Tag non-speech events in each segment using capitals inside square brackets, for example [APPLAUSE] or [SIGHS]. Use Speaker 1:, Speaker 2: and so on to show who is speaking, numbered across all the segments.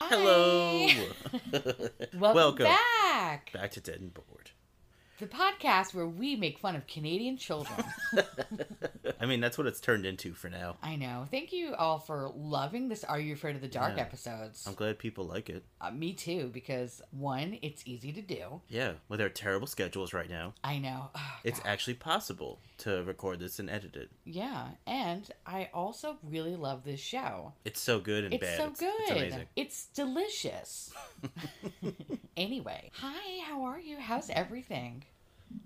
Speaker 1: Hello. [LAUGHS]
Speaker 2: [LAUGHS] Welcome,
Speaker 1: Welcome.
Speaker 2: back.
Speaker 1: Back to Dead and Bored.
Speaker 2: The podcast where we make fun of Canadian
Speaker 1: [LAUGHS]
Speaker 2: children.
Speaker 1: I mean, that's what it's turned into for now.
Speaker 2: I know. Thank you all for loving this Are You Afraid of the Dark
Speaker 1: Yeah.
Speaker 2: episodes.
Speaker 1: I'm glad people like it.
Speaker 2: Uh, me too, because one, it's easy to do.
Speaker 1: Yeah, with our terrible schedules right now,
Speaker 2: I know. [SIGHS] Oh,
Speaker 1: it's
Speaker 2: God.
Speaker 1: actually possible to record this and edit it.
Speaker 2: yeah, and I also really love this show.
Speaker 1: It's so good and
Speaker 2: It's
Speaker 1: bad.
Speaker 2: so
Speaker 1: it's,
Speaker 2: good.
Speaker 1: It's amazing.
Speaker 2: It's
Speaker 1: [LAUGHS]
Speaker 2: delicious. [LAUGHS] anyway, hi. How are you? How's everything?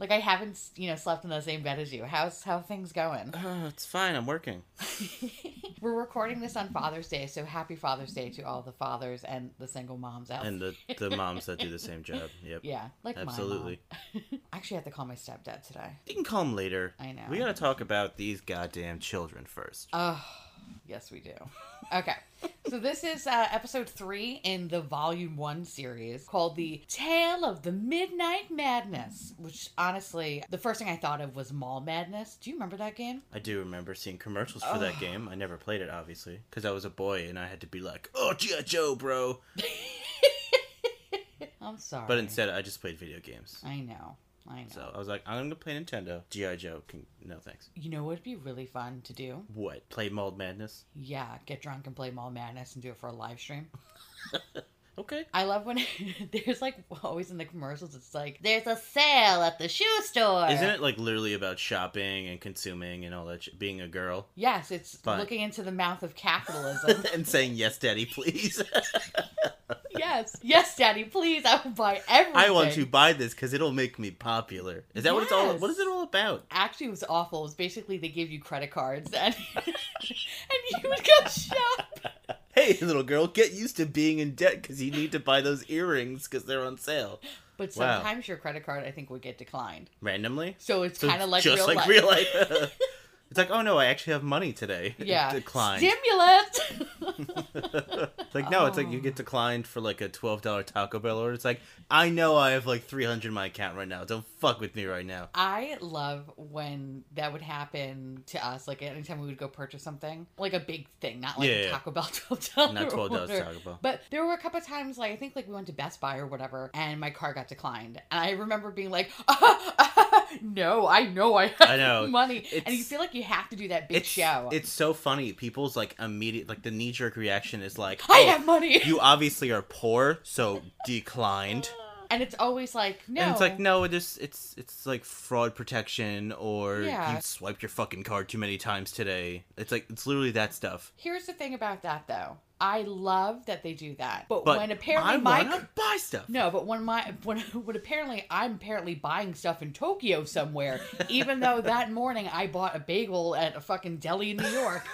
Speaker 2: Like I haven't, you know, slept in the same bed as you. How's how things going?
Speaker 1: Uh, it's fine. I'm working.
Speaker 2: We're recording this on Father's Day, so happy Father's Day to all the fathers and the single moms out.
Speaker 1: And the, the moms that do the
Speaker 2: [LAUGHS]
Speaker 1: same job.
Speaker 2: Oh.
Speaker 1: Yep.
Speaker 2: yeah, like
Speaker 1: Absolutely.
Speaker 2: My mom. I actually have to call my stepdad today.
Speaker 1: You can call them later.
Speaker 2: I know.
Speaker 1: We gotta talk about these goddamn children first.
Speaker 2: Oh, yes, we do. Okay.
Speaker 1: [LAUGHS]
Speaker 2: So this is uh, episode three in the volume one series called "The Tale of the Midnight Madness," which honestly, the first thing I thought of was Mall Madness. Do you remember that game?
Speaker 1: I do remember seeing commercials for that
Speaker 2: Ugh.
Speaker 1: game. I never played it, obviously, because I was a boy and I had to be like, "Oh, G.I. Joe, bro."
Speaker 2: I'm sorry,
Speaker 1: But instead, I just played video games.
Speaker 2: I know, I know.
Speaker 1: So I was like, I'm gonna play Nintendo. GI Joe, can... no thanks.
Speaker 2: You know what would be really fun to do?
Speaker 1: What? Play Mold Madness?
Speaker 2: Yeah, get drunk and play Mall Madness and do it for a live stream.
Speaker 1: Okay.
Speaker 2: I love when [LAUGHS] there's like always in the commercials, it's like, there's a sale at the shoe store.
Speaker 1: Isn't it like literally about shopping and consuming and all that? Sh- being a girl
Speaker 2: Yes, it's
Speaker 1: Fine.
Speaker 2: looking into the mouth of capitalism.
Speaker 1: [LAUGHS] and saying yes, daddy, please.
Speaker 2: yes, yes, daddy, please, I will buy everything.
Speaker 1: [LAUGHS] I want to buy this because it'll make me popular. Is that what it's all?
Speaker 2: Yes.
Speaker 1: What is it all about?
Speaker 2: Actually, it was awful. It was basically they gave you credit cards [LAUGHS] and and you would go shop.
Speaker 1: Hey, little girl, get used to being in debt because you need to buy those earrings because they're on sale
Speaker 2: But
Speaker 1: Wow.
Speaker 2: sometimes your credit card, I think, would get declined.
Speaker 1: randomly.
Speaker 2: So it's
Speaker 1: So
Speaker 2: kind of like
Speaker 1: just
Speaker 2: real
Speaker 1: like
Speaker 2: life.
Speaker 1: real [LAUGHS] life. it's like, oh no, I actually have money today. It
Speaker 2: Yeah, [LAUGHS]
Speaker 1: declined.
Speaker 2: stimulus.
Speaker 1: It's like no, it's like you
Speaker 2: Oh.
Speaker 1: get declined for like a twelve dollar Taco Bell order. It's like I know I have like three hundred in my account right now. Don't fuck with me right now.
Speaker 2: I love when that would happen to us. Like anytime we would go purchase something, like a big thing, not like
Speaker 1: Yeah,
Speaker 2: a
Speaker 1: yeah.
Speaker 2: Taco Bell [LAUGHS] twelve dollars.
Speaker 1: Not twelve
Speaker 2: [LAUGHS]
Speaker 1: dollars Taco Bell.
Speaker 2: But there were a couple of times, like I think, like we went to Best Buy or whatever, and my car got declined, and I remember being like, [LAUGHS] "No, I know I have
Speaker 1: I know.
Speaker 2: money," and
Speaker 1: It's-
Speaker 2: you feel like you have to do that big
Speaker 1: It's
Speaker 2: show.
Speaker 1: It's so funny. People's like immediate like the knee jerk reaction is like,
Speaker 2: I
Speaker 1: oh,
Speaker 2: have money, [LAUGHS]
Speaker 1: you obviously are poor, so declined.
Speaker 2: and it's always like, "No."
Speaker 1: And it's like no, it is it's it's like fraud protection or
Speaker 2: Yeah.
Speaker 1: you swiped your fucking card too many times today. It's like it's literally that stuff.
Speaker 2: Here's the thing about that though. I love that they do that, but,
Speaker 1: But
Speaker 2: when apparently
Speaker 1: I
Speaker 2: my
Speaker 1: wanna buy stuff.
Speaker 2: No, but when my [LAUGHS] when when apparently I'm apparently buying stuff in Tokyo somewhere, even
Speaker 1: [LAUGHS]
Speaker 2: though that morning I bought a bagel at a fucking deli in New
Speaker 1: [LAUGHS]
Speaker 2: York.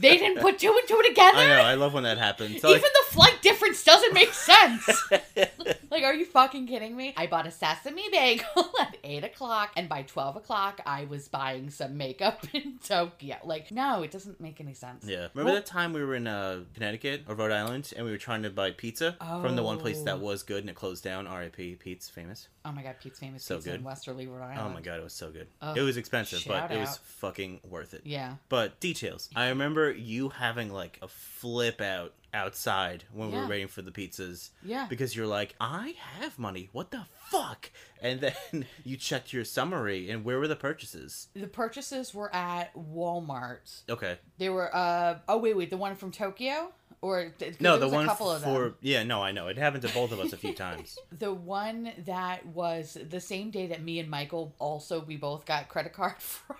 Speaker 2: they didn't put two and two
Speaker 1: I
Speaker 2: together.
Speaker 1: know. I love when that happens.
Speaker 2: [LAUGHS]
Speaker 1: So,
Speaker 2: even
Speaker 1: like,
Speaker 2: the flight difference doesn't make sense.
Speaker 1: [LAUGHS]
Speaker 2: like, are you fucking kidding me? I bought a sesame bagel [LAUGHS] at eight o'clock, and by twelve o'clock I was buying some makeup [LAUGHS] in Tokyo. Like, no, it doesn't make any sense.
Speaker 1: Yeah. Remember
Speaker 2: Well-
Speaker 1: that time we were in uh, Connecticut or Rhode Island and we were trying to buy pizza from the one place
Speaker 2: Oh.
Speaker 1: that was good and it closed down? RIP, Pete's famous.
Speaker 2: Oh my god, Pete's famous
Speaker 1: So
Speaker 2: pizza in
Speaker 1: good.
Speaker 2: Westerly, Rhode Island.
Speaker 1: Oh my god, it was so good.
Speaker 2: Ugh,
Speaker 1: it was expensive, but
Speaker 2: shout
Speaker 1: it was
Speaker 2: out.
Speaker 1: fucking worth it.
Speaker 2: Yeah.
Speaker 1: But details. I remember you having like a flip out outside when we
Speaker 2: Yeah.
Speaker 1: were waiting for the pizzas
Speaker 2: Yeah.
Speaker 1: because you're like, I have money. What the fuck? And then [LAUGHS] you checked your summary and where were the purchases?
Speaker 2: The purchases were at Walmart.
Speaker 1: Okay.
Speaker 2: They were. Uh, oh wait, wait. The one from Tokyo, or th-
Speaker 1: No,
Speaker 2: there
Speaker 1: the
Speaker 2: was
Speaker 1: one
Speaker 2: a couple of
Speaker 1: for
Speaker 2: them.
Speaker 1: yeah, no, I know it happened to both of us a few times.
Speaker 2: The one that was the same day that me and Michael also we both got credit card [LAUGHS] from.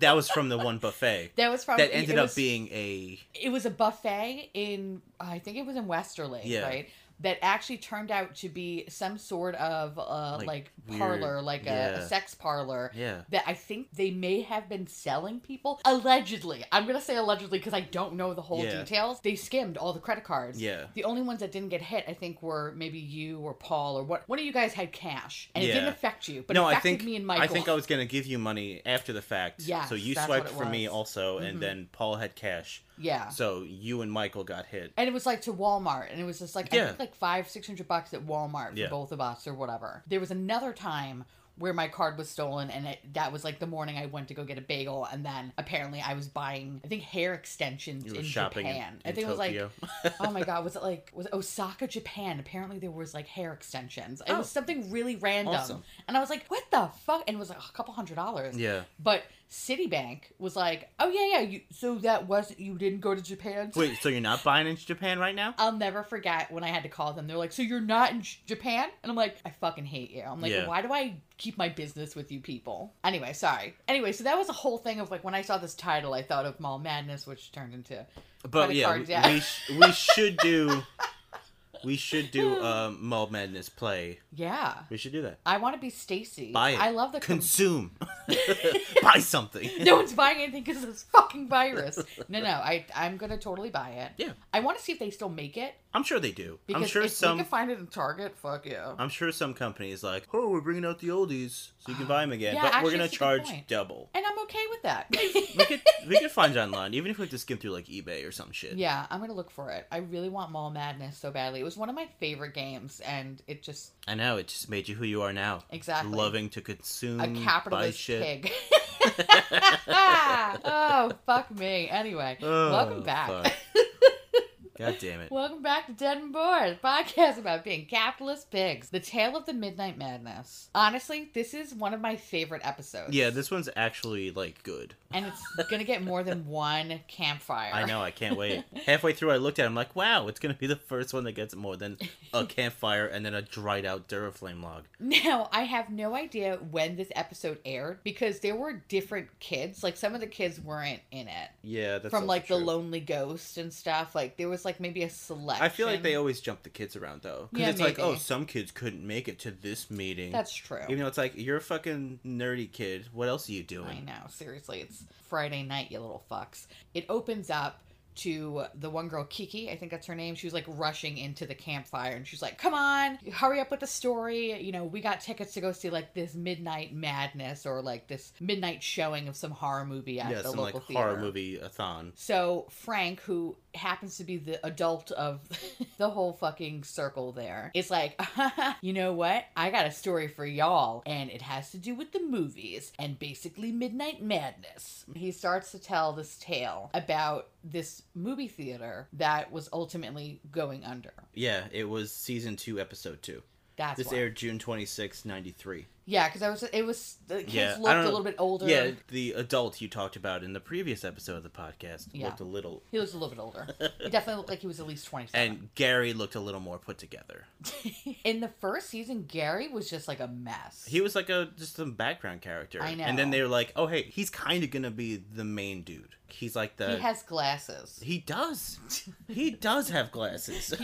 Speaker 1: That was from the one buffet.
Speaker 2: That was from
Speaker 1: that ended
Speaker 2: it
Speaker 1: up
Speaker 2: was-
Speaker 1: being a
Speaker 2: It was a buffet in I think it was in Westerly,
Speaker 1: Yeah.
Speaker 2: right? That actually turned out to be some sort of uh,
Speaker 1: Like,
Speaker 2: like,
Speaker 1: weird-
Speaker 2: parlor, like a,
Speaker 1: yeah.
Speaker 2: a sex parlor.
Speaker 1: yeah
Speaker 2: that I think they may have been selling people. Allegedly. I'm going to say allegedly because I don't know the whole
Speaker 1: Yeah.
Speaker 2: details. They skimmed all the credit cards.
Speaker 1: yeah
Speaker 2: The only ones that didn't get hit, I think, were maybe you or Paul or what. One of you guys had cash, and it
Speaker 1: Yeah.
Speaker 2: didn't affect you, but
Speaker 1: no
Speaker 2: it
Speaker 1: i
Speaker 2: affected
Speaker 1: think
Speaker 2: me and Michael.
Speaker 1: i think i was gonna give you money after the fact
Speaker 2: Yes,
Speaker 1: so you
Speaker 2: that's
Speaker 1: swiped
Speaker 2: what it
Speaker 1: for me
Speaker 2: was.
Speaker 1: also
Speaker 2: Mhm.
Speaker 1: and then paul had cash
Speaker 2: yeah,
Speaker 1: so you and michael got hit
Speaker 2: and it was like to Walmart, and it was just like I
Speaker 1: Yeah.
Speaker 2: think like five, six hundred bucks at Walmart for
Speaker 1: Yeah.
Speaker 2: both of us or whatever. There was another time where my card was stolen, and it, that was like the morning I went to go get a bagel, and then apparently I was buying I think hair extensions
Speaker 1: You were
Speaker 2: in
Speaker 1: shopping in,
Speaker 2: Japan. I
Speaker 1: in
Speaker 2: think it [LAUGHS]
Speaker 1: Tokyo.
Speaker 2: was like oh
Speaker 1: [LAUGHS]
Speaker 2: my god, was it like was it Osaka, Japan? Apparently there was like hair extensions. It
Speaker 1: Oh.
Speaker 2: was something really random,
Speaker 1: Awesome.
Speaker 2: and I was like, what the fuck? And it was like a couple hundred dollars.
Speaker 1: yeah.
Speaker 2: But Citibank was like, oh yeah, yeah, you, so that wasn't you didn't go to Japan.
Speaker 1: Wait, so you're not buying in Japan right now?
Speaker 2: I'll never forget when I had to call them. They're like, "So you're not in J- Japan?" And I'm like, "I fucking hate you." I'm like,
Speaker 1: Yeah.
Speaker 2: "Why do I keep my business with you people?" Anyway, sorry. Anyway, so that was a whole thing of like when I saw this title, I thought of Mall Madness, which turned into
Speaker 1: But
Speaker 2: Credit
Speaker 1: yeah,
Speaker 2: cards,
Speaker 1: we,
Speaker 2: yeah.
Speaker 1: we, sh- we should do we
Speaker 2: [LAUGHS]
Speaker 1: should do um Mall Madness play.
Speaker 2: yeah.
Speaker 1: We should do that.
Speaker 2: I want to be Stacy.
Speaker 1: Buy it.
Speaker 2: I love the com-
Speaker 1: Consume. [LAUGHS] Buy something.
Speaker 2: [LAUGHS] no one's buying anything because of this fucking
Speaker 1: [LAUGHS]
Speaker 2: virus. No, no, I I'm gonna totally buy it.
Speaker 1: Yeah.
Speaker 2: I want to see if they still make it
Speaker 1: I'm sure they do.
Speaker 2: because
Speaker 1: I'm sure
Speaker 2: if
Speaker 1: some
Speaker 2: we can find it in Target, fuck yeah.
Speaker 1: I'm sure some company is like, "Oh, we're bringing out the oldies so you can buy them again,
Speaker 2: Yeah,
Speaker 1: but
Speaker 2: actually,
Speaker 1: we're going
Speaker 2: that's
Speaker 1: to
Speaker 2: a good
Speaker 1: charge
Speaker 2: point.
Speaker 1: double."
Speaker 2: and I'm okay with that.
Speaker 1: [LAUGHS] we could we could find you online, even if we have to skim through like eBay or some shit.
Speaker 2: Yeah, I'm gonna look for it. I really want Mall Madness so badly. It was one of my favorite games, and it just
Speaker 1: I know it just made you who you are now.
Speaker 2: exactly
Speaker 1: Loving to consume,
Speaker 2: a
Speaker 1: Mm, buy
Speaker 2: capitalist
Speaker 1: shit. [LAUGHS]
Speaker 2: pig. [LAUGHS] oh fuck me. Anyway,
Speaker 1: Oh,
Speaker 2: welcome back. [LAUGHS]
Speaker 1: fuck. God damn it.
Speaker 2: Welcome back to Dead and Bored, a podcast about being capitalist pigs. The tale of the Midnight Madness. Honestly, this is one of my favorite episodes.
Speaker 1: Yeah, this one's actually like good.
Speaker 2: and it's gonna get more
Speaker 1: [LAUGHS]
Speaker 2: than one campfire.
Speaker 1: I know, I
Speaker 2: [LAUGHS]
Speaker 1: can't wait. Halfway through, I looked at it, I'm like, wow, it's going to be the first one that gets more than
Speaker 2: [LAUGHS]
Speaker 1: a campfire and then a dried out Duraflame log.
Speaker 2: Now, I have no idea when this episode aired because there were different kids. Like, some of the kids weren't in it.
Speaker 1: Yeah, that's
Speaker 2: from,
Speaker 1: also
Speaker 2: like,
Speaker 1: true.
Speaker 2: the Lonely Ghost and stuff. Like, there was, like, maybe a selection.
Speaker 1: I feel like they always jump the kids around though, because
Speaker 2: Yeah,
Speaker 1: it's like,
Speaker 2: maybe.
Speaker 1: oh, some kids couldn't make it to this meeting.
Speaker 2: That's true.
Speaker 1: even though it's like you're a fucking nerdy kid. What else are you
Speaker 2: I
Speaker 1: doing?
Speaker 2: know. Seriously, it's Friday night, you little fucks. It opens up to the one girl, Kiki, I think that's her name. She was like rushing into the campfire and she's like, come on, hurry up with the story. You know, we got tickets to go see like this midnight madness or like this midnight showing of some horror movie at
Speaker 1: yeah,
Speaker 2: the
Speaker 1: some like
Speaker 2: local theater.
Speaker 1: horror movie a thon.
Speaker 2: So Frank, who happens to be the adult of [LAUGHS] the whole fucking circle there, is like, [LAUGHS] you know what? I got a story for y'all, and it has to do with the movies and basically Midnight Madness. He starts to tell this tale about this movie theater that was ultimately going under.
Speaker 1: Yeah, it was season two, episode two.
Speaker 2: That's
Speaker 1: this
Speaker 2: why.
Speaker 1: aired June 26, 93.
Speaker 2: Yeah, because I was it was the kids
Speaker 1: Yeah, I
Speaker 2: looked a
Speaker 1: don't-
Speaker 2: little bit older.
Speaker 1: Yeah, the adult you talked about in the previous episode of the podcast
Speaker 2: Yeah.
Speaker 1: looked a little,
Speaker 2: He was a little bit older. He definitely looked like he was at least 27.
Speaker 1: and Gary looked a little more put together.
Speaker 2: [LAUGHS] In the first season, Gary was just like a mess.
Speaker 1: He was like a just some background character.
Speaker 2: I know.
Speaker 1: And then they were like, oh hey, he's kind of gonna be the main dude. He's like the
Speaker 2: he has glasses. [LAUGHS]
Speaker 1: He does. He does have glasses.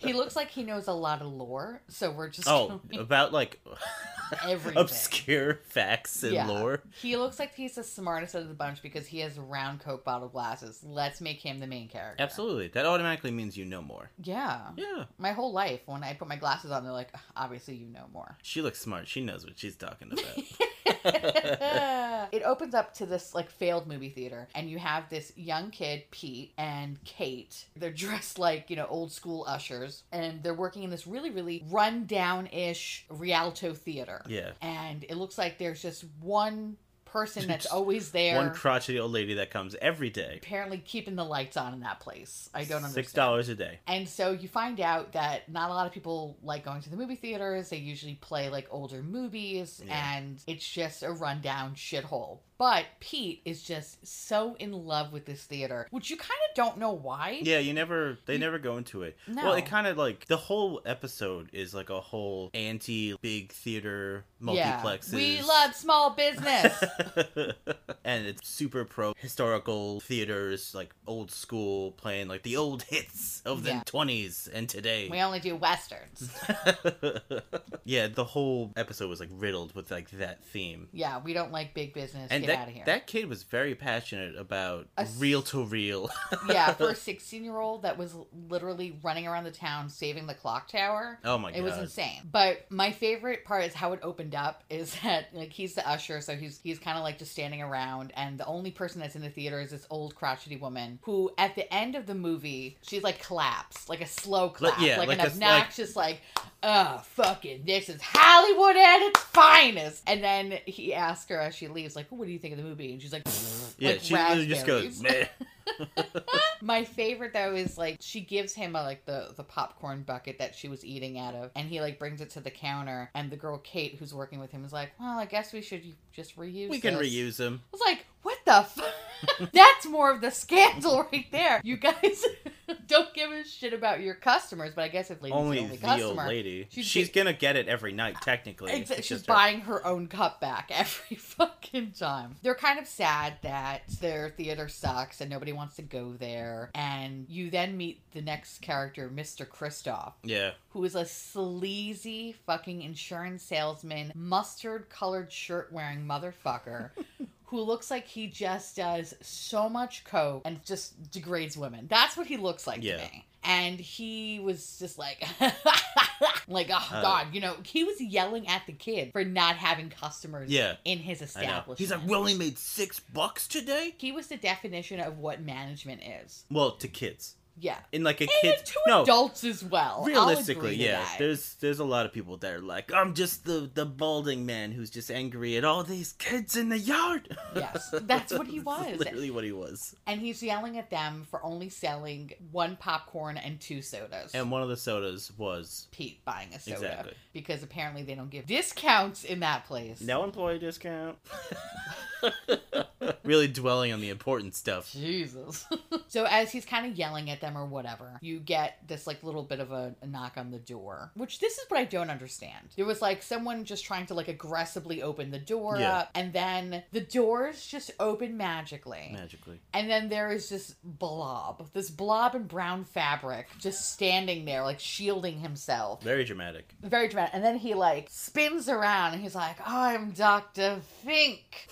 Speaker 2: He looks like he knows a lot of lore, so we're just [LAUGHS]
Speaker 1: [LAUGHS] oh, about like [LAUGHS]
Speaker 2: everything.
Speaker 1: obscure facts and
Speaker 2: Yeah.
Speaker 1: lore.
Speaker 2: He looks like he's the smartest of the bunch because he has round coke bottle glasses. Let's make him the main character.
Speaker 1: Absolutely. That automatically means you know more.
Speaker 2: Yeah.
Speaker 1: Yeah.
Speaker 2: My whole life, when I put my glasses on, they're like, "Ugh, obviously you know
Speaker 1: [LAUGHS]
Speaker 2: more.
Speaker 1: She looks smart. She knows what she's talking about.
Speaker 2: [LAUGHS] it opens up to this like failed movie theater, and you have this young kid, Pete, and Kate. They're [LAUGHS] dressed like, you know, old school ushers, and they're working in this really, really rundown ish Rialto theater.
Speaker 1: yeah.
Speaker 2: and it looks like there's just one
Speaker 1: [LAUGHS]
Speaker 2: person that's
Speaker 1: Just
Speaker 2: always there
Speaker 1: One crotchety old lady that comes every day.
Speaker 2: apparently keeping the lights on in that place i don't
Speaker 1: Six
Speaker 2: understand
Speaker 1: dollars a day.
Speaker 2: and so you find out that not a lot of people like going to the movie theaters they usually play like older movies
Speaker 1: Yeah.
Speaker 2: and it's just a rundown shithole but pete is just so in love with this theater which you kind of don't know why
Speaker 1: Yeah, you never. They never go into it.
Speaker 2: no
Speaker 1: Well, it kind of like the whole episode is like a whole anti big theater multiplexes.
Speaker 2: yeah. we love
Speaker 1: [LAUGHS]
Speaker 2: small business
Speaker 1: and it's super pro historical theaters, like old school, playing like the old [LAUGHS] hits of the
Speaker 2: Yeah.
Speaker 1: 20s and today.
Speaker 2: we only do westerns
Speaker 1: yeah, the whole episode was like riddled with like that theme.
Speaker 2: yeah we don't like big business
Speaker 1: And
Speaker 2: get out
Speaker 1: that,
Speaker 2: of here
Speaker 1: that kid was very passionate about
Speaker 2: A s-
Speaker 1: reel to reel. [LAUGHS]
Speaker 2: yeah, for a 16 year old that was literally running around the town saving the clock tower.
Speaker 1: Oh my
Speaker 2: It was
Speaker 1: god.
Speaker 2: insane. But my favorite part is how it opened up is [LAUGHS] that like he's the usher, so he's he's kind of like just standing around and the only person that's in the theater is this old crotchety woman who at the end of the movie, she's like collapsed, like a slow
Speaker 1: Like-
Speaker 2: collapse,
Speaker 1: yeah,
Speaker 2: like,
Speaker 1: like
Speaker 2: an
Speaker 1: a s- like-
Speaker 2: obnoxious like, oh, fucking, this is Hollywood at its finest. And then he asks her as she leaves, like, what do you think of the movie? And she's like,
Speaker 1: Yeah,
Speaker 2: like
Speaker 1: she literally just
Speaker 2: raspberries.
Speaker 1: goes, Meh.
Speaker 2: [LAUGHS] My favorite though is like she gives him a, like the the popcorn bucket that she was eating out of, and he like brings it to the counter, and the girl Kate who's working with him is like, "Well, I guess we should just reuse."
Speaker 1: we can
Speaker 2: this."
Speaker 1: reuse them.
Speaker 2: I was like, "What the?
Speaker 1: [LAUGHS]
Speaker 2: F- That's more of the scandal right there. You guys [LAUGHS] don't give a shit about your customers, but I guess if Lady's
Speaker 1: Only
Speaker 2: the only
Speaker 1: the old
Speaker 2: customer,
Speaker 1: lady.
Speaker 2: She's
Speaker 1: She's,
Speaker 2: get-
Speaker 1: gonna get it every night, technically.
Speaker 2: Exa-
Speaker 1: It's
Speaker 2: she's
Speaker 1: just her.
Speaker 2: buying her own cup back [LAUGHS] every fucking time. They're kind of sad that their theater sucks and nobody wants to go there. And you then meet the next character, Mr. Kristoff,
Speaker 1: Yeah.
Speaker 2: who is a sleazy fucking insurance salesman, mustard colored shirt wearing
Speaker 1: [LAUGHS]
Speaker 2: motherfucker. Who looks like he just does so much coke and just degrades women. That's what he looks like
Speaker 1: Yeah.
Speaker 2: to me. And he was just like, [LAUGHS] like, oh
Speaker 1: Uh,
Speaker 2: god, you know, he was yelling at the kid for not having customers
Speaker 1: Yeah.
Speaker 2: in his
Speaker 1: I know.
Speaker 2: establishment.
Speaker 1: He's like, we only made six bucks today?
Speaker 2: he was the definition of what management is.
Speaker 1: Well, to kids.
Speaker 2: Yeah,
Speaker 1: In like a
Speaker 2: and
Speaker 1: kid's
Speaker 2: to
Speaker 1: no,
Speaker 2: adults as well. I'll
Speaker 1: realistically,
Speaker 2: agree to
Speaker 1: yeah.
Speaker 2: that.
Speaker 1: There's there's a lot of people that are like, I'm just the the balding man who's just angry at all these kids in the yard. [LAUGHS]
Speaker 2: Yes, that's what he was.
Speaker 1: Literally what he was.
Speaker 2: and he's yelling at them for only selling one popcorn and two sodas.
Speaker 1: And one of the sodas was
Speaker 2: Pete buying a soda
Speaker 1: [LAUGHS] Exactly.
Speaker 2: because apparently they don't give discounts in that place.
Speaker 1: no employee discount. [LAUGHS] really dwelling on the important stuff.
Speaker 2: Jesus. [LAUGHS] so as he's kind of yelling at them or whatever, you get this like little bit of a, a knock on the door, which this is what I don't understand. There was like someone just trying to like aggressively open the door
Speaker 1: Yeah.
Speaker 2: up, and then the doors just open magically.
Speaker 1: Magically.
Speaker 2: And then there is this blob, this blob in brown fabric, just standing there, like shielding himself.
Speaker 1: Very dramatic.
Speaker 2: Very dramatic. And then he like spins around and he's like, I'm Dr. Fink.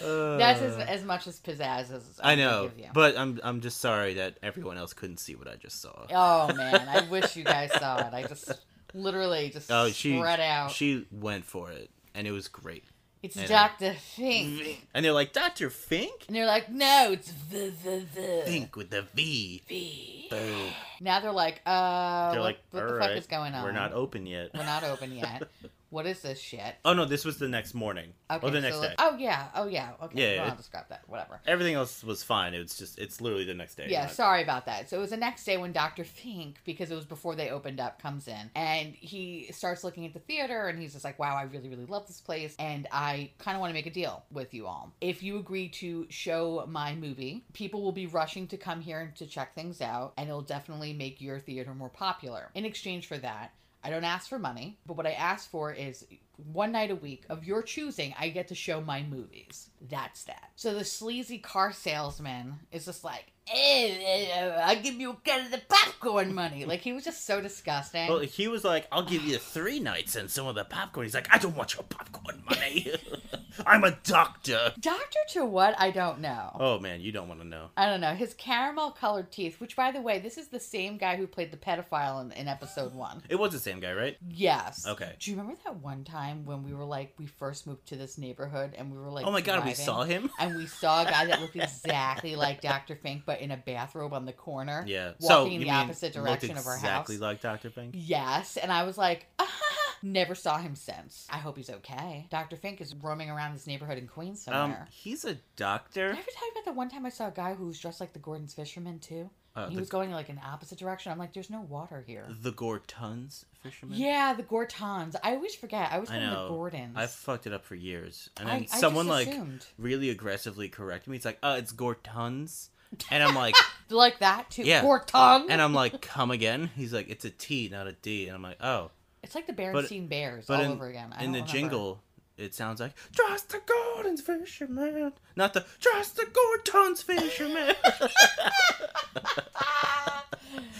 Speaker 2: That's as,
Speaker 1: Uh,
Speaker 2: as much as pizzazz as I,
Speaker 1: I
Speaker 2: can
Speaker 1: know,
Speaker 2: give you.
Speaker 1: but I'm I'm just sorry that everyone else couldn't see what I just saw.
Speaker 2: oh man, I wish you guys saw it. I just literally just
Speaker 1: Oh, she
Speaker 2: spread out.
Speaker 1: she went for it, and it was great.
Speaker 2: it's
Speaker 1: I know.
Speaker 2: Dr. Fink.
Speaker 1: And they're like, Doctor Fink,
Speaker 2: And they're like, no, it's the the the
Speaker 1: Fink with the V.
Speaker 2: Fink.
Speaker 1: Boom.
Speaker 2: Now they're like, uh,
Speaker 1: They're
Speaker 2: what,
Speaker 1: like,
Speaker 2: what the
Speaker 1: "All
Speaker 2: fuck
Speaker 1: right,
Speaker 2: is going on?
Speaker 1: We're not open yet.
Speaker 2: We're not open
Speaker 1: [LAUGHS]
Speaker 2: yet. what is this shit?
Speaker 1: Oh no, this was the next morning
Speaker 2: Okay,
Speaker 1: or the next
Speaker 2: so
Speaker 1: day.
Speaker 2: like- oh yeah, oh yeah, okay.
Speaker 1: Yeah,
Speaker 2: well, I'll
Speaker 1: it-
Speaker 2: just grab that. Whatever.
Speaker 1: Everything else was fine. It was just it's literally the next day.
Speaker 2: Yeah,
Speaker 1: not-
Speaker 2: sorry about that. So it was the next day when Dr. Fink, because it was before they opened up, comes in and he starts looking at the theater and he's just like, wow, I really, really love this place. And I kind of want to make a deal with you all. If you agree to show my movie, people will be rushing to come here and to check things out, and it'll definitely make your theater more popular. In exchange for that, I don't ask for money, but what I ask for is one night a week of your choosing, I get to show my movies. That's that. So the sleazy car salesman is just like, eh, eh, I'll give you a cut of the popcorn money. like, he was just so disgusting.
Speaker 1: Well, he was like, "I'll give you three nights and some of the popcorn." He's like, "I don't want
Speaker 2: [LAUGHS]
Speaker 1: your popcorn money. [LAUGHS] I'm a doctor."
Speaker 2: Doctor to what? I don't know.
Speaker 1: Oh man, you don't want to know.
Speaker 2: I don't know. His caramel colored teeth, which, by the way, this is the same guy who played the pedophile in, in episode one.
Speaker 1: It was the same guy, right?
Speaker 2: Yes.
Speaker 1: Okay.
Speaker 2: Do you remember that one time when we were like, we first moved to this neighborhood and we were like,
Speaker 1: oh my god, we
Speaker 2: driving?
Speaker 1: saw him.
Speaker 2: and we saw a guy that looked exactly like Dr. Fink, but in a bathrobe on the corner.
Speaker 1: Yeah.
Speaker 2: Walking in the opposite
Speaker 1: looked
Speaker 2: direction of our
Speaker 1: Exactly
Speaker 2: house?
Speaker 1: like Doctor Fink.
Speaker 2: Yes, and I was like, [LAUGHS] ah, never saw him since. I hope he's okay. Dr. Fink is roaming around this neighborhood in Queens
Speaker 1: Um,
Speaker 2: somewhere.
Speaker 1: he's a
Speaker 2: did I
Speaker 1: doctor.
Speaker 2: ever tell you about the one time I saw a guy who was dressed like the Gordon's fisherman too?
Speaker 1: Uh,
Speaker 2: And he
Speaker 1: the,
Speaker 2: was going like in opposite direction. I'm like, there's no water here.
Speaker 1: the Gortons fisherman.
Speaker 2: Yeah, the Gortons. I always forget. I always
Speaker 1: I
Speaker 2: call them the
Speaker 1: know.
Speaker 2: Gordons.
Speaker 1: I fucked it up for years, and
Speaker 2: I-
Speaker 1: then
Speaker 2: I just
Speaker 1: someone like
Speaker 2: assumed.
Speaker 1: really aggressively corrected me. It's like, "Uh, it's Gortons," and
Speaker 2: [LAUGHS]
Speaker 1: I'm like,
Speaker 2: like that too.
Speaker 1: Yeah.
Speaker 2: Gorton.
Speaker 1: and I'm like, "Come again?" He's like, "It's a T, not a D," and I'm like, "Oh."
Speaker 2: it's like the
Speaker 1: but-
Speaker 2: Berenstain Bears
Speaker 1: but
Speaker 2: all
Speaker 1: in-
Speaker 2: over again. I
Speaker 1: In the
Speaker 2: don't remember.
Speaker 1: jingle, it sounds like "Trust the Gordons fisherman," not the "Trust the
Speaker 2: [LAUGHS]
Speaker 1: Gortons fisherman."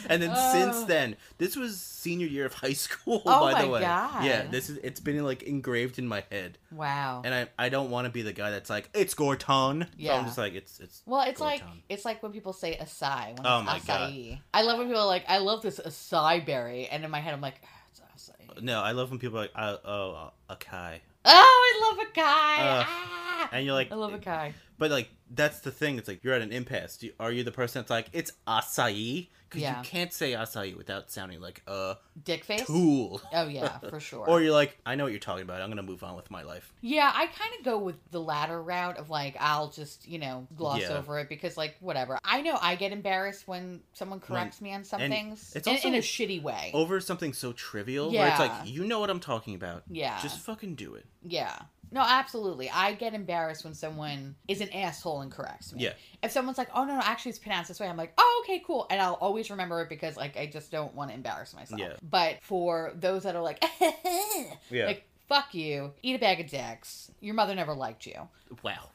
Speaker 1: And then
Speaker 2: Oh.
Speaker 1: since then, this was senior year of high school. [LAUGHS]
Speaker 2: Oh
Speaker 1: by
Speaker 2: my
Speaker 1: the way,
Speaker 2: God.
Speaker 1: yeah, this is it's been like engraved in my head,
Speaker 2: wow.
Speaker 1: and I I don't want to be the guy that's like it's Gorton. so
Speaker 2: Yeah.
Speaker 1: I'm just like it's it's.
Speaker 2: Well, it's like
Speaker 1: Gorton.
Speaker 2: it's like when people say acai. When
Speaker 1: Oh
Speaker 2: it's
Speaker 1: my God.
Speaker 2: acai. I love when people are like, I love this acai berry, and in my head I'm like, "Ah, it's acai.
Speaker 1: No, I love when people are like oh, oh Akai,
Speaker 2: Oh, I love acai.
Speaker 1: Uh,
Speaker 2: ah!
Speaker 1: and you're like
Speaker 2: I love acai.
Speaker 1: But like that's the thing. It's like you're at an impasse. Do you, are you the person that's like it's acai? Because
Speaker 2: Yeah.
Speaker 1: you can't say acai without sounding like a
Speaker 2: Dick face?
Speaker 1: tool.
Speaker 2: Oh,
Speaker 1: [LAUGHS]
Speaker 2: yeah, for sure.
Speaker 1: Or you're like, I know what you're talking about. I'm gonna move on with my life.
Speaker 2: Yeah, I kind of go with the latter route of like, I'll just, you know, gloss
Speaker 1: Yeah.
Speaker 2: over it because, like, whatever. I know I get embarrassed when someone corrects me on some
Speaker 1: and
Speaker 2: things
Speaker 1: it's
Speaker 2: in,
Speaker 1: also Oh,
Speaker 2: in a shitty way.
Speaker 1: Over something so trivial, where it's
Speaker 2: Yeah. Uh.
Speaker 1: like you know what I'm talking about.
Speaker 2: yeah.
Speaker 1: Just fucking do it.
Speaker 2: yeah. No, absolutely. I get embarrassed when someone is an asshole and corrects me.
Speaker 1: Yeah.
Speaker 2: If someone's like, oh, no, no, actually it's pronounced this way, I'm like, oh, okay, cool. And I'll always remember it because, like, I just don't want to embarrass myself.
Speaker 1: Yeah.
Speaker 2: But for those that are like, [LAUGHS]
Speaker 1: Yeah.
Speaker 2: like, fuck you, eat a bag of dicks, your mother never liked
Speaker 1: [LAUGHS]
Speaker 2: you. [LAUGHS]
Speaker 1: wow.